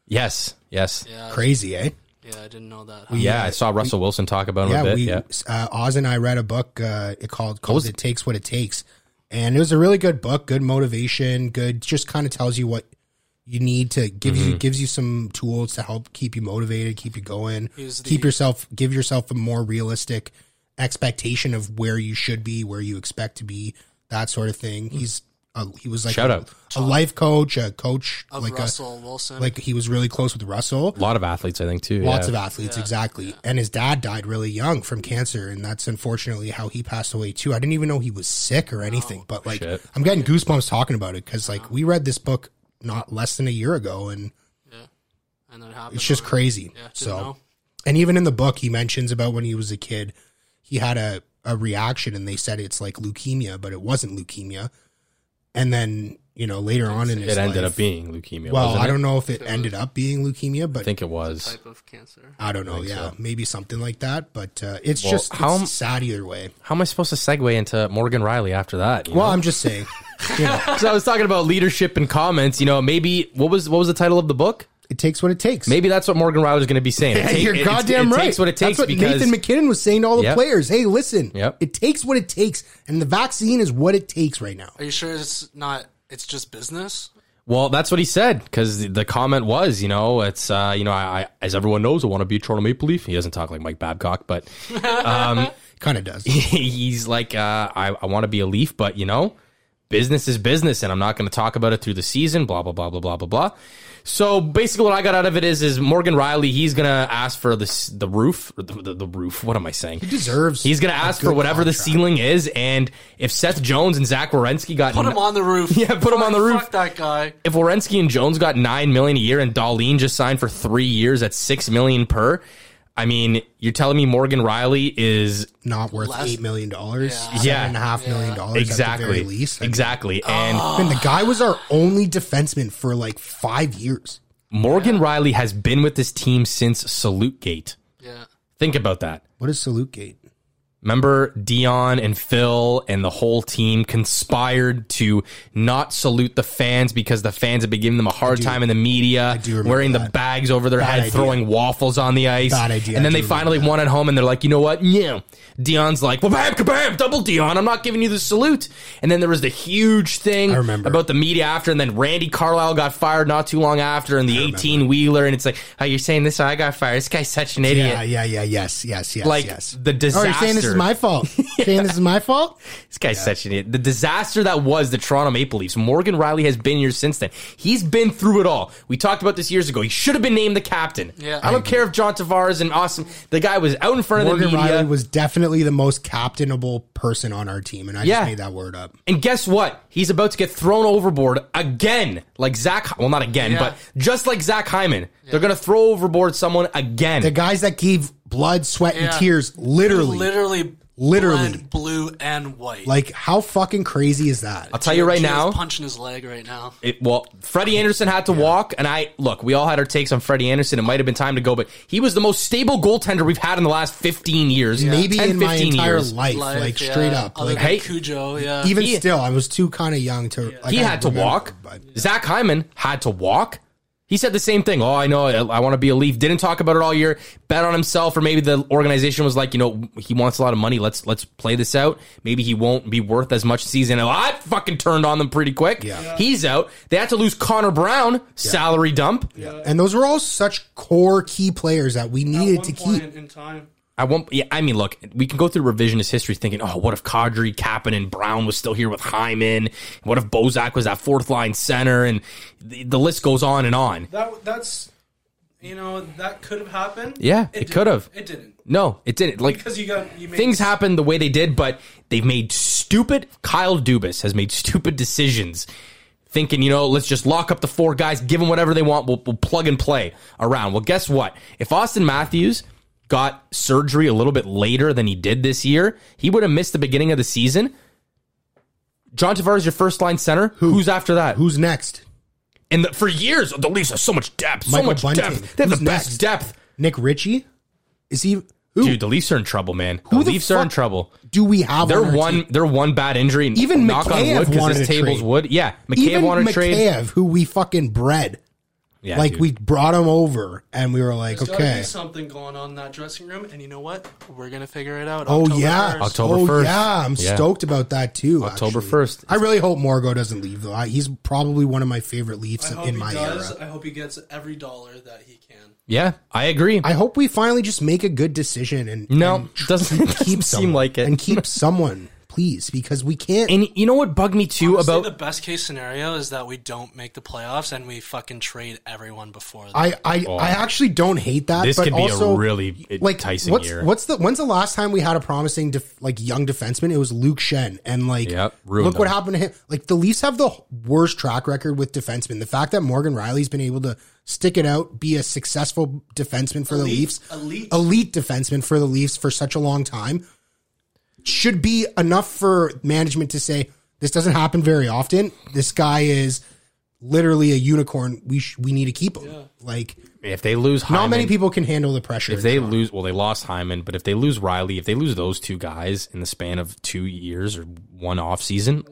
S8: yes, yes.
S10: Yeah.
S9: Crazy, eh?
S10: Yeah, I didn't know that.
S8: Yeah, I saw Russell Wilson talk about him
S9: yeah,
S8: a bit.
S9: we
S8: yeah.
S9: uh, Oz and I read a book. Uh, it called called "It Takes What It Takes," and it was a really good book. Good motivation. Good, just kind of tells you what you need to gives you
S8: Mhm.
S9: gives you some tools to help keep you motivated, keep you going,
S10: Here's the-
S9: keep yourself give yourself a more realistic expectation of where you should be, where you expect to be, that sort of thing. He's a, he was like
S8: Mm. Shout
S9: a,
S8: out.
S9: a life coach, a coach
S10: Of
S8: uh,
S9: like
S10: Russell
S9: a,
S10: Wilson.
S9: like he was really close with Russell.
S8: A lot of athletes, I think, too.
S9: Lots
S8: yeah.
S9: of athletes, exactly. And his dad died really young from cancer, and that's unfortunately how he passed away too. I didn't even know he was sick or anything, but like
S8: Oh, Shit.
S9: I'm getting goosebumps talking about it because like we read this book not less than a year ago, and
S10: and then it happened.
S9: it's just
S10: right?
S9: crazy.
S10: Yeah, didn't
S9: so,
S10: know.
S9: and even in the book, he mentions about when he was a kid, he had a a reaction, and they said it's like leukemia, but it wasn't leukemia. And then you know later on in
S8: It
S9: his
S8: ended
S9: life-
S8: up being leukemia.
S9: Well,
S8: wasn't
S9: I
S8: it?
S9: don't know if it ended up being leukemia,
S8: I
S9: but
S8: think it was.
S10: type of cancer.
S9: I don't know.
S8: think
S9: yeah,
S8: so.
S9: maybe something like that. But uh, it's
S8: Well,
S9: just
S8: how
S9: it's
S8: am-
S9: sad either way.
S8: How am I supposed to segue into Morgan Riley after that? you
S9: Well,
S8: know?
S9: I'm just saying.
S8: so I was talking about leadership and comments. You know, maybe what was what was the title of the book?
S9: It takes what it takes.
S8: Maybe that's what Morgan Riley is going to be saying. It
S9: Yeah,
S8: ta-
S9: You're
S8: it- it-
S9: goddamn
S8: it
S9: right.
S8: takes what it takes
S9: That's what
S8: because
S9: Nathan McKinnon was saying to all the
S8: Yep.
S9: players. Hey, listen.
S8: Yep.
S9: It takes what it takes, and the vaccine is what it takes right now.
S10: Are you sure it's not? It's just business.
S8: well, that's what he said because the comment was, you know, it's uh, you know, I, I as everyone knows, I want to be a Toronto Maple Leaf. He doesn't talk like Mike Babcock, but um,
S9: Kind of does.
S8: he's like, uh, I, I want to be a Leaf, but you know, business is business, and I'm not going to talk about it through the season. Blah blah blah blah blah blah blah. So basically, what I got out of it is, is Morgan Riley. He's going to ask for the s- the roof, or the, the, the roof. What am I saying? He
S9: deserves
S8: He's going to
S9: a
S8: ask
S9: good
S8: for whatever the
S9: contract.
S8: ceiling is, and if Seth Jones and Zach Wierenski got
S10: Put him on the roof.
S8: Yeah, put him on the
S10: Fuck
S8: roof.
S10: that guy.
S8: if Wierenski and Jones got nine million a year and Darlene just signed for three years at six million per, I mean, you're telling me Morgan Riley is
S9: Not worth eight million dollars.
S8: Yeah.
S9: seven and a half million dollars. At the
S8: exactly
S9: very least. I mean, Ah.
S8: exactly and
S9: and the guy was our only defenseman for like five years.
S8: Morgan Riley has been with this team since Salute Gate.
S10: Yeah.
S8: Think about that.
S9: What is Salute Gate?
S8: Remember Dion and Phil and the whole team conspired to not salute the fans because the fans had been giving them a hard time in the media, wearing the bags over their
S9: Bad
S8: head,
S9: idea.
S8: throwing waffles on the ice.
S9: Bad idea.
S8: And then
S9: I
S8: they
S9: do
S8: finally won at home and they're like, you know what? Yeah. Dion's like, well, bam, kabam, double Dion. I'm not giving you the salute. And then there was the huge thing about the media after. And then Randy Carlisle got fired not too long after and the 18 wheeler. And it's like, oh, you're saying this? I got fired. This guy's such an idiot.
S9: Yeah, yeah, yeah. Yes, yes, yes.
S8: like
S9: yes.
S8: the disaster.
S9: Oh, you're saying this is my fault. Saying this is my fault.
S8: This guy's such an idiot. The disaster that was the Toronto Maple Leafs. Morgan Riley has been here since then. He's been through it all. We talked about this years ago. He should have been named the captain.
S10: Yeah.
S8: I don't care if John Tavares and Austin. The guy was out in front
S9: Morgan
S8: of the media.
S9: Riley was definitely the most captainable person on our team, and I
S8: Yeah.
S9: just made that word up.
S8: and guess what? He's about to get thrown overboard again, like Zach. Well, not again,
S9: Yeah.
S8: but just like Zach Hyman, they're going to throw overboard someone again.
S9: The guys that gave blood, sweat,
S10: Yeah.
S9: and tears, literally,
S10: literally,
S9: Literally.
S10: blood, blue and white.
S9: Like, how fucking crazy is that?
S8: I'll tell you right
S10: Gio's
S8: now,
S10: punching his leg right now.
S8: It, well, Freddie Anderson had to walk, and I look. We all had our takes on Freddie Anderson. It might have been time to go, but he was the most stable goaltender we've had in the last fifteen years,
S9: Maybe
S8: 10,
S9: in my
S8: 15
S9: entire
S8: years.
S9: life, like straight up,
S10: Other
S9: like
S10: than Cujo, yeah.
S9: even
S10: He-
S9: still, I was too kind of young to. Like,
S8: he
S9: I
S8: had to
S9: remember.
S8: walk. Zach Hyman had to walk. He said the same thing. Oh, I know. I, I want to be a Leaf. Didn't talk about it all year. Bet on himself, or maybe the organization was like, you know, he wants a lot of money. Let's let's play this out. Maybe he won't be worth as much season. And I fucking turned on them pretty quick.
S9: Yeah.
S8: He's out. They had to lose Connor Brown. Salary dump.
S9: And those were all such core key players that we needed to keep.
S10: in time.
S8: I won't. Yeah, I mean, look, we can go through revisionist history, thinking, oh, what if Kadri, Kapanen, and Brown was still here with Hyman? What if Bozak was that fourth line center? And the, the list goes on and on.
S10: That that's you know that could have happened.
S8: Yeah, it, could have.
S10: It didn't.
S8: No, it didn't. Like
S10: Because you got- you made-
S8: things happened the way they did, but they've made stupid. Kyle Dubas has made stupid decisions, thinking you know let's just lock up the four guys, give them whatever they want. We'll, we'll plug and play around. Well, guess what? If Austin Matthews got surgery a little bit later than he did this year, he would have missed the beginning of the season. John Tavares, your first line center. Who's after that?
S9: Who's next?
S8: And the, for years, the Leafs have so much depth, so
S9: Michael
S8: much
S9: Bunting.
S8: depth. They have
S9: Who's
S8: the best
S9: next?
S8: depth.
S9: Nick Ritchie, is he? Who?
S8: Dude, the Leafs are in trouble, man. The,
S9: the
S8: Leafs are in
S9: fuck
S8: trouble.
S9: Do we have
S8: They're
S9: on our
S8: one.
S9: team?
S8: They're one bad injury. and
S9: Even
S8: knock
S9: Mikheyev
S8: on wood because
S9: wanted
S8: this
S9: to
S8: table's
S9: trade.
S8: wood. Yeah, McKayev
S9: Even
S8: wanted to trade.
S9: Mikheyev, who we fucking bred.
S8: Yeah,
S9: like
S8: dude.
S9: we brought him over, and we were like,
S10: There's gotta
S9: okay,
S10: be something going on in that dressing room, and you know what? We're gonna figure it out.
S9: oh
S10: October
S9: yeah,
S10: 1st.
S8: October
S9: oh
S8: 1st.
S9: yeah, I'm
S8: Yeah.
S9: stoked about that too.
S8: October
S9: actually.
S8: first.
S9: I really hope Morgo doesn't leave though. I, he's probably one of my favorite Leafs
S10: I hope
S9: in
S10: he
S9: my
S10: does.
S9: era.
S10: I hope he gets every dollar that he can.
S8: Yeah, I agree.
S9: I hope we finally just make a good decision and
S8: No,
S9: and tr-
S8: doesn't-
S9: keep
S8: doesn't seem
S9: someone,
S8: like it.
S9: and keep someone, please, because we can't.
S8: and you know what bugged me too
S10: Honestly,
S8: about
S10: the best case scenario is that we don't make the playoffs and we fucking trade everyone before. That.
S9: I I, I actually don't hate that.
S8: Oh. this
S9: but
S8: could be
S9: also,
S8: a really
S9: like
S8: enticing
S9: what's,
S8: year.
S9: What's the when's the last time we had a promising def, like young defenseman? It was Luke Shen, and like
S8: Yep, ruined
S9: look what
S8: them.
S9: happened to him. Like the Leafs have the worst track record with defensemen. The fact that Morgan Riley's been able to stick it out, be a successful defenseman for the
S10: Elite,
S9: Leafs,
S10: elite.
S9: elite defenseman for the Leafs for such a long time, should be enough for management to say this doesn't happen very often. This guy is literally a unicorn. We sh- we need to keep him. Like
S8: if they lose Hyman,
S9: not many people can handle the pressure.
S8: If they lose, well, they lost Hyman, but if they lose Riley, if they lose those two guys in the span of two years or one off season,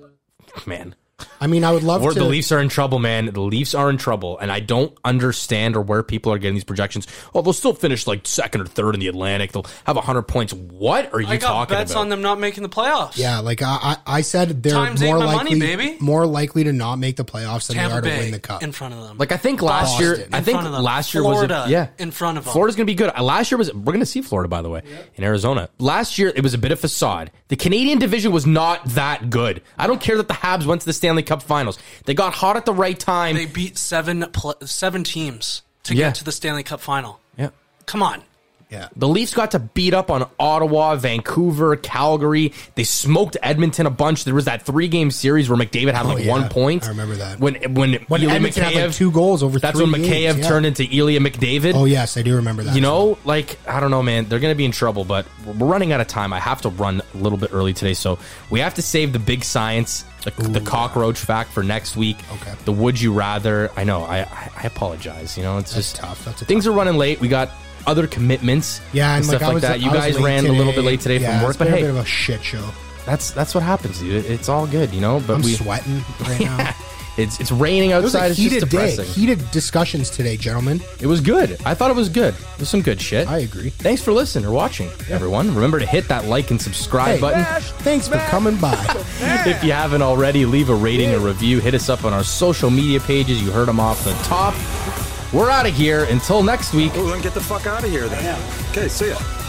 S8: man,
S9: I mean, I would love
S8: Or
S9: to.
S8: the Leafs are in trouble, man. The Leafs are in trouble, and I don't understand or where people are getting these projections. Oh, they'll still finish like second or third in the Atlantic. They'll have hundred points. What are you
S10: I got
S8: talking
S10: bets
S8: about?
S10: on them not making the playoffs.
S9: yeah, like I, I, I said, they're
S10: Times ain't
S9: more
S10: my
S9: likely,
S10: money, baby.
S9: more likely to not make the playoffs than
S10: Tampa
S9: they are to
S10: Bay
S9: win the cup.
S10: in front of them.
S8: like I think last year,
S9: Boston.
S8: I
S10: In
S8: think
S10: front of them.
S8: last year
S10: Florida
S8: was a, yeah
S10: in front of them.
S8: Florida's going to be good. Uh, Last year was we're going to see Florida by the way in Arizona. Last year it was a bit of facade. The Canadian division was not that good. I don't care that the Habs went to the Stanley Cup Finals. They got hot at the right time.
S10: They beat seven pl- seven teams to
S8: Yeah.
S10: get to the Stanley Cup final.
S8: yeah.
S10: Come on.
S9: yeah,
S8: The Leafs got to beat up on Ottawa, Vancouver, Calgary. They smoked Edmonton a bunch. There was that three game series where McDavid had
S9: Oh,
S8: like
S9: yeah.
S8: one point.
S9: I remember that.
S8: When when,
S9: When
S8: Ilya
S9: Edmonton had, like,
S8: Mikheyev-
S9: two goals over
S8: That's
S9: three
S8: when McKayev
S9: games, yeah.
S8: turned into Ilya McDavid.
S9: oh yes, I do remember that.
S8: You know, like I don't know, man. They're gonna be in trouble, but we're running out of time. I have to run a little bit early today, so we have to save the big science, the, the cockroach fact for next week.
S9: Okay.
S8: The would you rather? I know. I I I apologize. You know, it's
S9: That's
S8: just
S9: tough. That's a
S8: things are running late. We got other commitments.
S9: Yeah,
S8: and
S9: and
S8: stuff
S9: like,
S8: like,
S9: I was,
S8: that. You
S9: I was
S8: guys
S9: late
S8: ran a little bit late today
S9: Yeah,
S8: from work,
S9: it's
S8: but
S9: been
S8: hey,
S9: a bit of a shit show.
S8: that's that's what happens, dude. It- It's all good, you know. But
S9: I'm
S8: we
S9: sweating right now.
S8: It's it's raining
S9: It was a
S8: outside. It's just
S9: heated day.
S8: depressing.
S9: Heated discussions today, gentlemen.
S8: It was good. I thought it was good. It was some good shit. I
S9: agree.
S8: Thanks for listening or watching, everyone. Remember to hit that like and subscribe
S9: Hey,
S8: button.
S9: Thanks for coming by.
S8: if you haven't already, leave a rating, a review. Hit us up on our social media pages. You heard them off the top. We're out of here. Until next week.
S14: Oh, then get the fuck out of here then. Okay, see ya.